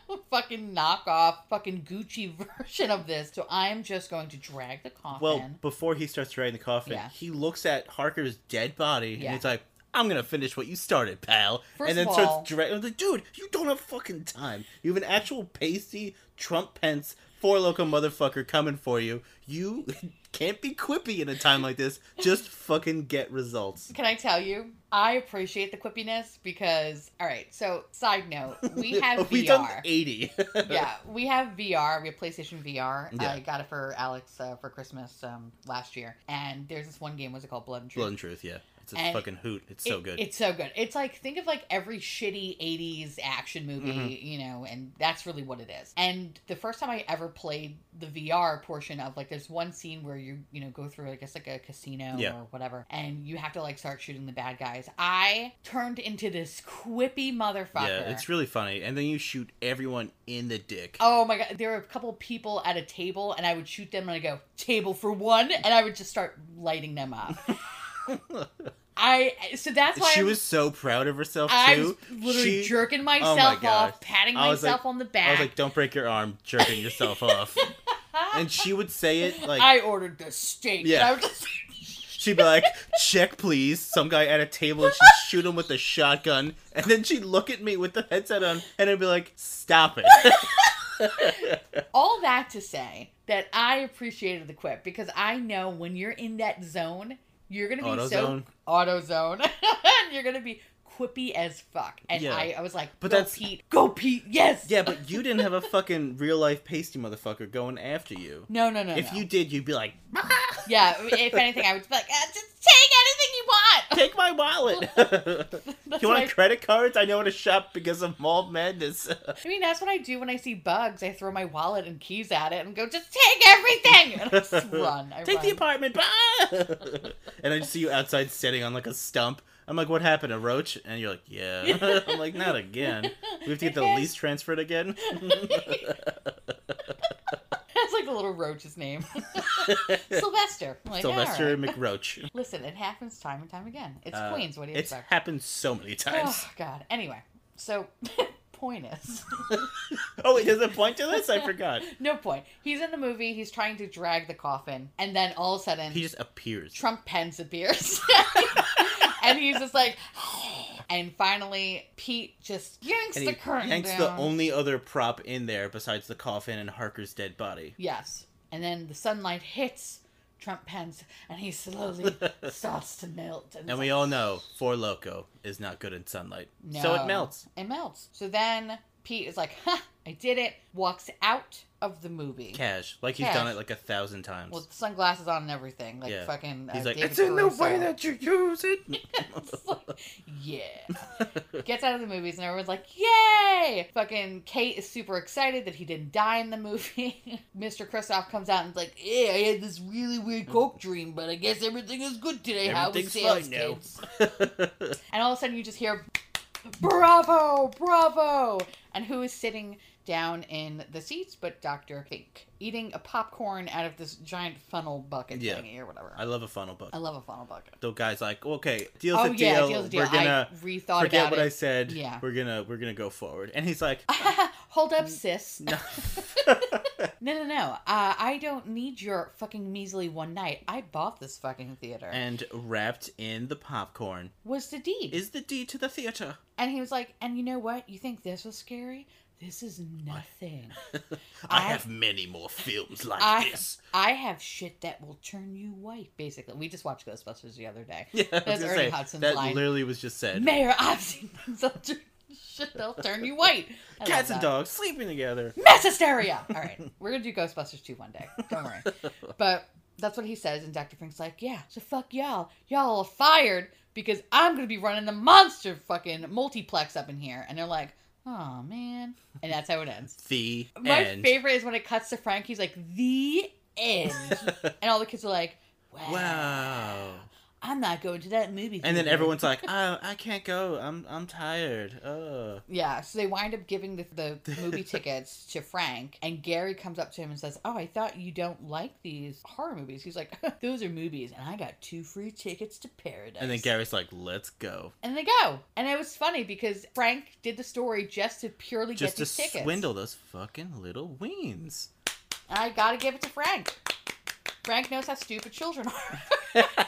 Speaker 2: [LAUGHS] fucking knockoff, fucking Gucci [LAUGHS] version of this. So I'm just going to drag the coffin.
Speaker 1: Well, before he starts dragging the coffin,
Speaker 2: Oh, Yeah.
Speaker 1: he looks at Harker's dead body
Speaker 2: Yeah.
Speaker 1: and he's like, I'm gonna finish what you started, pal.
Speaker 2: First
Speaker 1: and
Speaker 2: of
Speaker 1: then
Speaker 2: all-
Speaker 1: starts dragging. like, dude, you don't have fucking time. You have an actual pasty Trump Pence four loco motherfucker coming for you. You [LAUGHS] can't be quippy in a time like this. Just fucking get results.
Speaker 2: Can I tell you? I appreciate the quippiness because, all right. So, side note,
Speaker 1: [LAUGHS]
Speaker 2: we have
Speaker 1: we
Speaker 2: VR.
Speaker 1: done [LAUGHS] 80.
Speaker 2: yeah, we have VR. We have PlayStation VR.
Speaker 1: Yeah.
Speaker 2: I got it for Alex uh, for Christmas um, last year. And there's this one game. What's it called? Blood and Truth.
Speaker 1: Blood and truth, yeah. It's a
Speaker 2: And
Speaker 1: fucking hoot. It's so
Speaker 2: It-
Speaker 1: good.
Speaker 2: It's so good. It's like think of like every shitty '80s action movie,
Speaker 1: Mm-hmm.
Speaker 2: you know, and that's really what it is. And the first time I ever played the VR portion of like, there's one scene where you you know go through I guess like a casino
Speaker 1: Yeah.
Speaker 2: or whatever, and you have to like start shooting the bad guys. I turned into this quippy motherfucker.
Speaker 1: yeah, it's really funny. And then you shoot everyone in the dick.
Speaker 2: Oh my god, there were a couple people at a table, and I would shoot them, and I go table for one, and I would just start lighting them
Speaker 1: [LAUGHS]
Speaker 2: up. I so that's why
Speaker 1: she
Speaker 2: I'm-
Speaker 1: was so proud of herself
Speaker 2: I
Speaker 1: too.
Speaker 2: was literally
Speaker 1: She- oh
Speaker 2: jerking
Speaker 1: my
Speaker 2: myself
Speaker 1: God.
Speaker 2: off, patting
Speaker 1: I was
Speaker 2: myself
Speaker 1: like-
Speaker 2: on the
Speaker 1: I
Speaker 2: back.
Speaker 1: was
Speaker 2: [LAUGHS]
Speaker 1: like, "Don't break your arm, jerking yourself off." And she would say it like
Speaker 2: I ordered the steak.
Speaker 1: Yeah.
Speaker 2: And I was just, [LAUGHS]
Speaker 1: she'd be like, "Check, please." Some guy at a table, and
Speaker 2: [LAUGHS]
Speaker 1: she'd shoot him with a shotgun, and then she'd look at me with the headset on, and I'd be like, "Stop
Speaker 2: [LAUGHS]
Speaker 1: it."
Speaker 2: all that to say that I appreciated the quip because I know when you're in that zone, you're gonna be so
Speaker 1: AutoZone.
Speaker 2: auto zone, and [LAUGHS] you're gonna be quippy as fuck. And
Speaker 1: Yeah.
Speaker 2: I, I was like,
Speaker 1: But
Speaker 2: go
Speaker 1: that's-
Speaker 2: Pete, go Pete, yes,
Speaker 1: yeah, but you didn't have a fucking real life pasty motherfucker going after you.
Speaker 2: No, no, no.
Speaker 1: If
Speaker 2: no.
Speaker 1: you did, you'd be like,
Speaker 2: yeah, if anything, I would be like, "Uh, just take anything you want. [LAUGHS]
Speaker 1: "Take my wallet." [LAUGHS]
Speaker 2: That's
Speaker 1: you
Speaker 2: what
Speaker 1: want
Speaker 2: I-
Speaker 1: credit cards? I know how to shop because of Mall Madness. [LAUGHS]
Speaker 2: I mean, that's what I do when I see bugs. I throw my wallet and keys at it and go, just take everything! And I
Speaker 1: [LAUGHS]
Speaker 2: just run. I
Speaker 1: Take
Speaker 2: run.
Speaker 1: the apartment. Bah! [LAUGHS] and I just see you outside sitting on like a stump. I'm like, what happened? A roach? And you're like,
Speaker 2: [LAUGHS]
Speaker 1: yeah. I'm like, not again. We have to get the
Speaker 2: Yes.
Speaker 1: lease transferred again. [LAUGHS]
Speaker 2: [LAUGHS] That's like a little roach's name. [LAUGHS] Sylvester. I'm Like,
Speaker 1: Sylvester
Speaker 2: "All right." [LAUGHS]
Speaker 1: McRoach.
Speaker 2: Listen, it happens time and time again. It's
Speaker 1: Uh,
Speaker 2: Queens. What do you
Speaker 1: It's
Speaker 2: expect?
Speaker 1: happened
Speaker 2: [SIGHS]
Speaker 1: so many times. [LAUGHS]
Speaker 2: Oh, God. Anyway, so [LAUGHS] point is. [LAUGHS]
Speaker 1: oh, wait, there's a point to this? I forgot.
Speaker 2: No point. He's in the movie. He's trying to drag the coffin. And then all of a sudden,
Speaker 1: He just appears.
Speaker 2: Trump Pence appears. [LAUGHS] and he's just like, [GASPS] and finally, Pete just yanks
Speaker 1: and
Speaker 2: the
Speaker 1: he
Speaker 2: curtain
Speaker 1: hangs
Speaker 2: down.
Speaker 1: the only other prop in there besides the coffin and Harker's dead body.
Speaker 2: yes. And then the sunlight hits Trump Pence and he
Speaker 1: [LAUGHS]
Speaker 2: slowly starts to melt.
Speaker 1: And we
Speaker 2: it's [SIGHS]
Speaker 1: all know Four Loco is not good in sunlight.
Speaker 2: like,
Speaker 1: So
Speaker 2: "No."
Speaker 1: it melts.
Speaker 2: It melts. So then Pete is like, ha, I did it. Walks out of the movie.
Speaker 1: Cash. Like he's
Speaker 2: Cash.
Speaker 1: done it like a thousand times.
Speaker 2: With sunglasses on and everything. Like
Speaker 1: Yeah.
Speaker 2: fucking. uh,
Speaker 1: He's like,
Speaker 2: David
Speaker 1: it's in the way
Speaker 2: Caruso."
Speaker 1: that you
Speaker 2: [LAUGHS]
Speaker 1: use it.
Speaker 2: It's like, [LAUGHS] yeah. Gets out of the movies and everyone's like, yay! Fucking Kate is super excited that he didn't die in the movie. [LAUGHS] Mr. Kristoff comes out and's like, yeah, I had this really weird coke dream, but I guess everything is good today. How was
Speaker 1: Everything's
Speaker 2: sales,
Speaker 1: fine now."
Speaker 2: kids? And all of a sudden you just hear, bravo, bravo! And who is sitting down in the seats but Dr. Fink, eating a popcorn out of this giant funnel bucket
Speaker 1: Yeah.
Speaker 2: thingy or whatever.
Speaker 1: [LAUGHS] I love a funnel book.
Speaker 2: I love a funnel bucket.
Speaker 1: The guy's like, okay, deal's
Speaker 2: Oh
Speaker 1: a
Speaker 2: yeah,
Speaker 1: deal.
Speaker 2: deal's a deal.
Speaker 1: We're gonna
Speaker 2: I rethought
Speaker 1: forget
Speaker 2: about
Speaker 1: what
Speaker 2: it.
Speaker 1: I said.
Speaker 2: Yeah.
Speaker 1: we're gonna we're gonna go forward. And he's like, [LAUGHS]
Speaker 2: [LAUGHS] Hold up, sis.
Speaker 1: Mm. no.
Speaker 2: No, no, no. Uh, I don't need your fucking measly one night. I bought this fucking theater.
Speaker 1: and wrapped in the popcorn
Speaker 2: was the deed.
Speaker 1: is the D to the theater.
Speaker 2: and he was like, and you know what? You think this was scary? This is nothing.
Speaker 1: I,
Speaker 2: I-
Speaker 1: have many more films like
Speaker 2: I- [LAUGHS]
Speaker 1: this. [LAUGHS]
Speaker 2: I have shit that will turn you white, basically. We just watched Ghostbusters the other day.
Speaker 1: Yeah, I was
Speaker 2: That's
Speaker 1: gonna
Speaker 2: Ernie
Speaker 1: say,
Speaker 2: Hudson's
Speaker 1: that
Speaker 2: line.
Speaker 1: literally was just said.
Speaker 2: Mayor, I've seen things that'll turn, [LAUGHS] shit that'll turn you white. I love
Speaker 1: Cats and
Speaker 2: that.
Speaker 1: dogs
Speaker 2: [LAUGHS]
Speaker 1: sleeping together.
Speaker 2: Mass hysteria. All right, we're gonna do Ghostbusters 2 one day. Don't
Speaker 1: [LAUGHS]
Speaker 2: worry. But that's what he says, and Dr. Fink's like, "Yeah, so fuck y'all. Y'all are fired because I'm gonna be running the monster fucking multiplex up in here." And they're like, "Oh man," and that's how it ends.
Speaker 1: The
Speaker 2: My
Speaker 1: end.
Speaker 2: favorite is when it cuts to Frank.
Speaker 1: [LAUGHS]
Speaker 2: He's like, "The end," and all the kids are like, "Wow."
Speaker 1: Wow.
Speaker 2: I'm not going to that movie. [LAUGHS]
Speaker 1: And then
Speaker 2: theater."
Speaker 1: everyone's like, oh, I can't go. I'm I'm tired. Oh.
Speaker 2: Yeah, so they wind up giving the, the
Speaker 1: [LAUGHS]
Speaker 2: movie tickets to Frank, and Gary comes up to him and says, "Oh, I thought you don't like these horror movies." He's like, [LAUGHS] "Those are movies, and I got two free tickets to paradise."
Speaker 1: And then Gary's like, let's go.
Speaker 2: and they go, and it was funny because Frank did the story just to purely
Speaker 1: Just
Speaker 2: get
Speaker 1: to
Speaker 2: these tickets.
Speaker 1: swindle those fucking little weens.
Speaker 2: I gotta give it to Frank. Frank knows how stupid children are.
Speaker 1: [LAUGHS]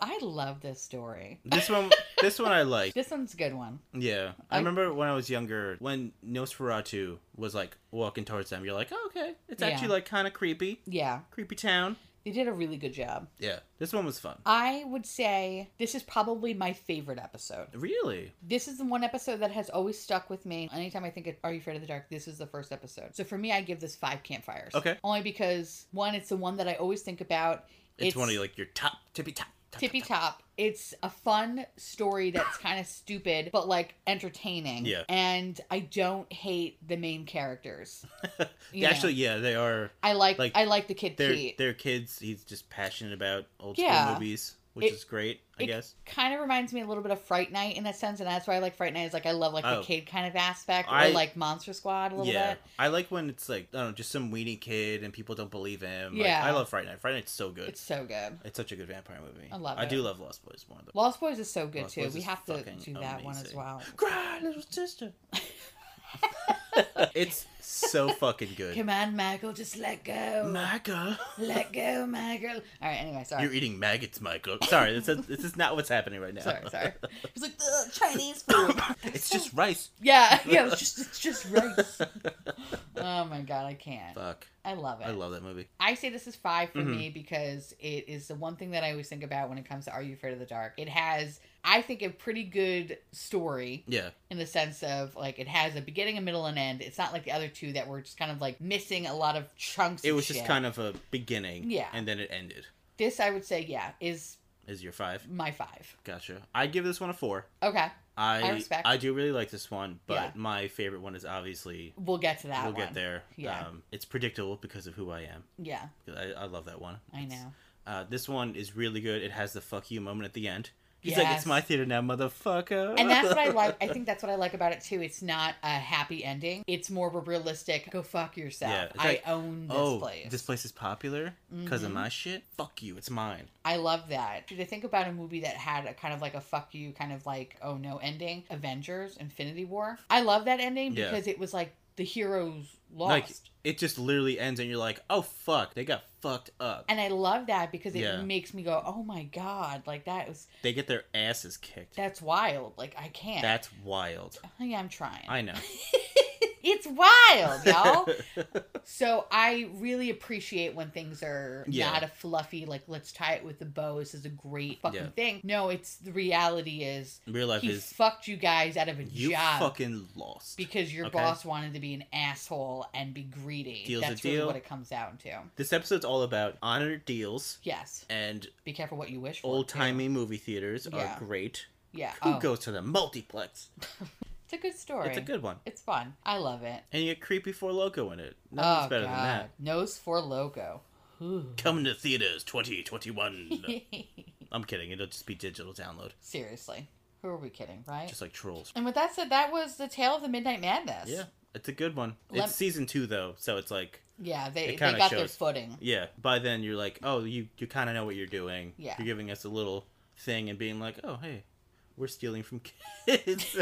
Speaker 2: I love this story.
Speaker 1: This one, this one
Speaker 2: [LAUGHS]
Speaker 1: I like.
Speaker 2: This one's a good one.
Speaker 1: Yeah, I,
Speaker 2: I-
Speaker 1: remember when I was younger, when Nosferatu was like walking towards them. You're like, oh, okay, it's
Speaker 2: Yeah.
Speaker 1: actually like kind of creepy,
Speaker 2: Yeah,
Speaker 1: creepy town.
Speaker 2: they did a really good job.
Speaker 1: Yeah, this one was fun.
Speaker 2: I would say this is probably my favorite episode.
Speaker 1: Really?
Speaker 2: This is the one episode that has always stuck with me. Anytime I think of Are You Afraid of the Dark, this is the first episode. So for me, I give this five campfires.
Speaker 1: Okay.
Speaker 2: Only because, one, it's the one that I always think about.
Speaker 1: It's, one of like your top tippy top. top,
Speaker 2: tippy
Speaker 1: top,
Speaker 2: top. It's a fun story that's kind of stupid, but like entertaining.
Speaker 1: Yeah.
Speaker 2: And I don't hate the main
Speaker 1: [LAUGHS]
Speaker 2: characters.
Speaker 1: top.
Speaker 2: you know.
Speaker 1: Actually, yeah, they are.
Speaker 2: I like,
Speaker 1: like,
Speaker 2: I like the kid
Speaker 1: They're
Speaker 2: Pete.
Speaker 1: they're kids. He's just passionate about old
Speaker 2: Yeah.
Speaker 1: school movies, which
Speaker 2: It-
Speaker 1: is great, I
Speaker 2: it-
Speaker 1: guess.
Speaker 2: Kind of reminds me a little bit of Fright Night in that sense, and that's why I like Fright Night. Is like I love like the
Speaker 1: Oh.
Speaker 2: kid kind of aspect,
Speaker 1: I-
Speaker 2: or like Monster Squad a little
Speaker 1: Yeah,
Speaker 2: bit.
Speaker 1: I like when it's like I don't know, just some weenie kid and people don't believe him. Like,
Speaker 2: Yeah.
Speaker 1: I love Friday Night. Friday Night's so good.
Speaker 2: It's
Speaker 1: It's,
Speaker 2: so good.
Speaker 1: such a good vampire movie.
Speaker 2: I love
Speaker 1: I
Speaker 2: it.
Speaker 1: do love Lost Boys more though.
Speaker 2: Lost Boys is so good
Speaker 1: Lost
Speaker 2: too.
Speaker 1: Boys
Speaker 2: we
Speaker 1: is
Speaker 2: have to
Speaker 1: fucking
Speaker 2: do that one as
Speaker 1: amazing.
Speaker 2: well.
Speaker 1: Cry, little
Speaker 2: [LAUGHS]
Speaker 1: sister. [LAUGHS] it's so fucking good.
Speaker 2: Come on, Michael, just let go.
Speaker 1: Michael.
Speaker 2: let go, Michael. All right. Anyway, sorry.
Speaker 1: You're eating maggots, Michael. Sorry, this is, this is not what's happening right now.
Speaker 2: [LAUGHS] Sorry, sorry. He's like Ugh, Chinese food. [LAUGHS]
Speaker 1: [LAUGHS] it's just rice.
Speaker 2: Yeah, [LAUGHS] yeah, it's just it's just
Speaker 1: [LAUGHS]
Speaker 2: rice. oh my god, I can't.
Speaker 1: Fuck.
Speaker 2: I love it.
Speaker 1: I
Speaker 2: I,
Speaker 1: love that movie.
Speaker 2: say this is five for
Speaker 1: Mhm.
Speaker 2: me because it is the one thing that I always think about when it comes to Are You Afraid of the Dark. It has, I think, a pretty good story
Speaker 1: Yeah.
Speaker 2: in the sense of like it has a beginning, a middle, and end. It's not like the other two that were just kind of like missing a lot of chunks.
Speaker 1: It was just kind of a beginning.
Speaker 2: Yeah.
Speaker 1: And then it ended.
Speaker 2: this. I would say, yeah, is
Speaker 1: Is your five?
Speaker 2: my five.
Speaker 1: Gotcha. I give this one a four.
Speaker 2: Okay,
Speaker 1: I I,
Speaker 2: respect.
Speaker 1: do really like this one, but
Speaker 2: Yeah.
Speaker 1: my favorite one is obviously
Speaker 2: we'll get to that.
Speaker 1: we'll
Speaker 2: one.
Speaker 1: get there.
Speaker 2: Yeah.
Speaker 1: Um, it's predictable because of who I am.
Speaker 2: Yeah,
Speaker 1: 'Cause I, I love that one.
Speaker 2: I
Speaker 1: It's-
Speaker 2: know.
Speaker 1: Uh, this one is really good. It has the fuck you moment at the end. He's like,
Speaker 2: Yes.
Speaker 1: it's my theater now, motherfucker.
Speaker 2: And that's what I like. I think that's what I like about it too. It's not a happy ending. It's more of a realistic go fuck yourself.
Speaker 1: Yeah, it's
Speaker 2: I
Speaker 1: like, [LAUGHS]
Speaker 2: own this
Speaker 1: oh,
Speaker 2: place. Mm-hmm.
Speaker 1: this place is popular because of my shit. Fuck you, it's mine.
Speaker 2: I love that. Did I think about a movie that had a kind of like a fuck you kind of like oh no ending? Avengers Infinity War. I love that ending
Speaker 1: Yeah.
Speaker 2: because it was like the heroes lost.
Speaker 1: Like it just literally ends, and you're like, oh fuck, they got fucked up.
Speaker 2: and I love that because it
Speaker 1: Yeah.
Speaker 2: makes me go, "Oh my god, like that was
Speaker 1: They get their asses kicked.
Speaker 2: that's wild. Like I can't." Oh,
Speaker 1: That's wild.
Speaker 2: yeah, I'm trying.
Speaker 1: I know.
Speaker 2: it's wild, y'all. So I really appreciate when things are
Speaker 1: Yeah.
Speaker 2: not a fluffy like let's tie it with the bow. This is a great fucking
Speaker 1: Yeah.
Speaker 2: thing. No, it's the reality is
Speaker 1: [LAUGHS] Real life
Speaker 2: he
Speaker 1: is
Speaker 2: fucked you guys out of a
Speaker 1: you
Speaker 2: job
Speaker 1: fucking lost.
Speaker 2: because your
Speaker 1: okay?
Speaker 2: boss wanted to be an asshole and be greedy.
Speaker 1: Deal's a
Speaker 2: That's really
Speaker 1: deal.
Speaker 2: what it comes down to.
Speaker 1: This episode's all about honor deals
Speaker 2: Yes,
Speaker 1: and
Speaker 2: be careful what you wish for. too.
Speaker 1: old timey movie theaters
Speaker 2: Yeah.
Speaker 1: are great.
Speaker 2: Yeah,
Speaker 1: Who
Speaker 2: oh,
Speaker 1: goes to the multiplex?
Speaker 2: it's a good story.
Speaker 1: It's a good one.
Speaker 2: It's fun. I love it.
Speaker 1: And you get creepy four loco in it.
Speaker 2: oh
Speaker 1: Nothing's better
Speaker 2: god,
Speaker 1: than that.
Speaker 2: nose for logo. Ooh.
Speaker 1: Coming to theaters 2021. I'm kidding. It'll just be digital download,
Speaker 2: [LAUGHS] Seriously, who are we kidding, right?
Speaker 1: just like trolls.
Speaker 2: And with that said, that was the tale of the Midnight Madness.
Speaker 1: Yeah, it's a good one.
Speaker 2: Lem-
Speaker 1: it's season two though, so it's like,
Speaker 2: Yeah,
Speaker 1: It
Speaker 2: they, they
Speaker 1: kinda
Speaker 2: got their
Speaker 1: shows.
Speaker 2: footing.
Speaker 1: yeah. By then you're like, oh, you you kind of know what you're doing.
Speaker 2: Yeah.
Speaker 1: You're giving us a little thing and being like, oh, hey, we're stealing from [LAUGHS]
Speaker 2: [LAUGHS]
Speaker 1: kids.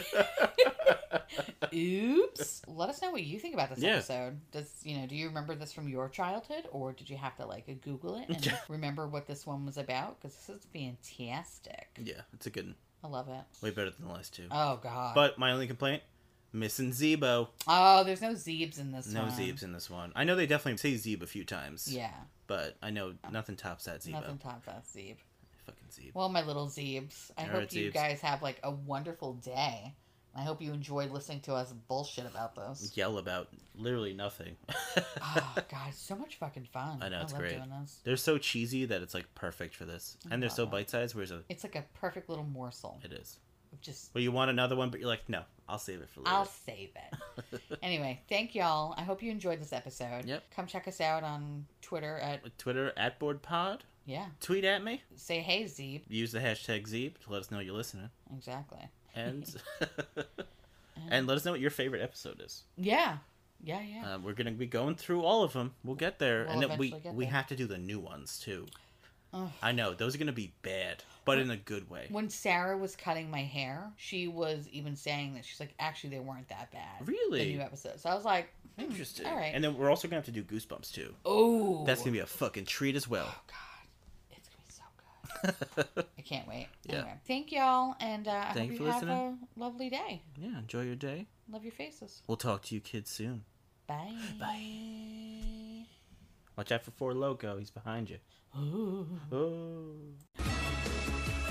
Speaker 2: Oops. Let us know what you think about this
Speaker 1: Yeah.
Speaker 2: episode. Does you know, do you remember this from your childhood or did you have to like Google it
Speaker 1: [LAUGHS]
Speaker 2: and remember what this one was about? Because this is fantastic.
Speaker 1: yeah, it's a good, one.
Speaker 2: I love it.
Speaker 1: way better than the last two.
Speaker 2: Oh god.
Speaker 1: But my only complaint, missing Zebo.
Speaker 2: oh, there's no Zeebs in this
Speaker 1: No
Speaker 2: one.
Speaker 1: Zeebs in this one. I know they definitely say Zeeb a few times.
Speaker 2: Yeah.
Speaker 1: But I know nothing tops that Zeebo.
Speaker 2: Nothing tops that Zeeb.
Speaker 1: Fucking Zeeb.
Speaker 2: Well, my little Zeebs, I
Speaker 1: All
Speaker 2: hope
Speaker 1: right,
Speaker 2: you
Speaker 1: Zeebs.
Speaker 2: guys have like a wonderful day. I hope you enjoyed listening to us bullshit about
Speaker 1: [LAUGHS]
Speaker 2: this.
Speaker 1: Yell about literally nothing. [LAUGHS]
Speaker 2: oh god, it's so much fucking fun.
Speaker 1: I know, it's
Speaker 2: love
Speaker 1: great.
Speaker 2: doing this.
Speaker 1: they're so cheesy that it's like perfect for this.
Speaker 2: I
Speaker 1: And they're so
Speaker 2: love it.
Speaker 1: bite sized, whereas a-
Speaker 2: It's like a perfect little morsel
Speaker 1: it is.
Speaker 2: of just
Speaker 1: Well, you want another one, but you're like, no, I'll save it for later.
Speaker 2: I'll save it.
Speaker 1: [LAUGHS]
Speaker 2: anyway, thank y'all. I hope you enjoyed this episode.
Speaker 1: Yep.
Speaker 2: Come check us out on Twitter at
Speaker 1: Twitter Uh, at board pod.
Speaker 2: Yeah.
Speaker 1: Tweet at me.
Speaker 2: Say, hey, Zeeb.
Speaker 1: Use the hashtag Zeeb to let us know you're listening.
Speaker 2: Exactly.
Speaker 1: And
Speaker 2: [LAUGHS]
Speaker 1: [LAUGHS] and let us know what your favorite episode is.
Speaker 2: Yeah. Yeah, yeah.
Speaker 1: Um, we're gonna be going through all of them. We'll get there,
Speaker 2: We'll
Speaker 1: and then we
Speaker 2: eventually get
Speaker 1: we
Speaker 2: there.
Speaker 1: have to do the new ones too.
Speaker 2: Ugh.
Speaker 1: I know those are gonna be bad, but in a good way.
Speaker 2: When Sarah was cutting my hair, she was even saying that she's like, actually, they weren't that bad. The
Speaker 1: Really
Speaker 2: new episode. So I was like, hmm,
Speaker 1: interesting.
Speaker 2: All right.
Speaker 1: And then we're also gonna have to do Goosebumps too.
Speaker 2: oh,
Speaker 1: That's gonna be a fucking treat as well.
Speaker 2: [GASPS] Oh God, it's gonna be so good.
Speaker 1: [LAUGHS]
Speaker 2: I can't wait.
Speaker 1: Yeah.
Speaker 2: Anyway, thank y'all, and uh, I
Speaker 1: Thank
Speaker 2: hope
Speaker 1: you for
Speaker 2: you have
Speaker 1: listening.
Speaker 2: a lovely day.
Speaker 1: yeah, enjoy your day.
Speaker 2: Love your faces.
Speaker 1: We'll talk to you kids soon.
Speaker 2: Bye.
Speaker 1: Bye. Watch out for Four Loco. He's behind you.
Speaker 2: Ooh.
Speaker 1: Oh.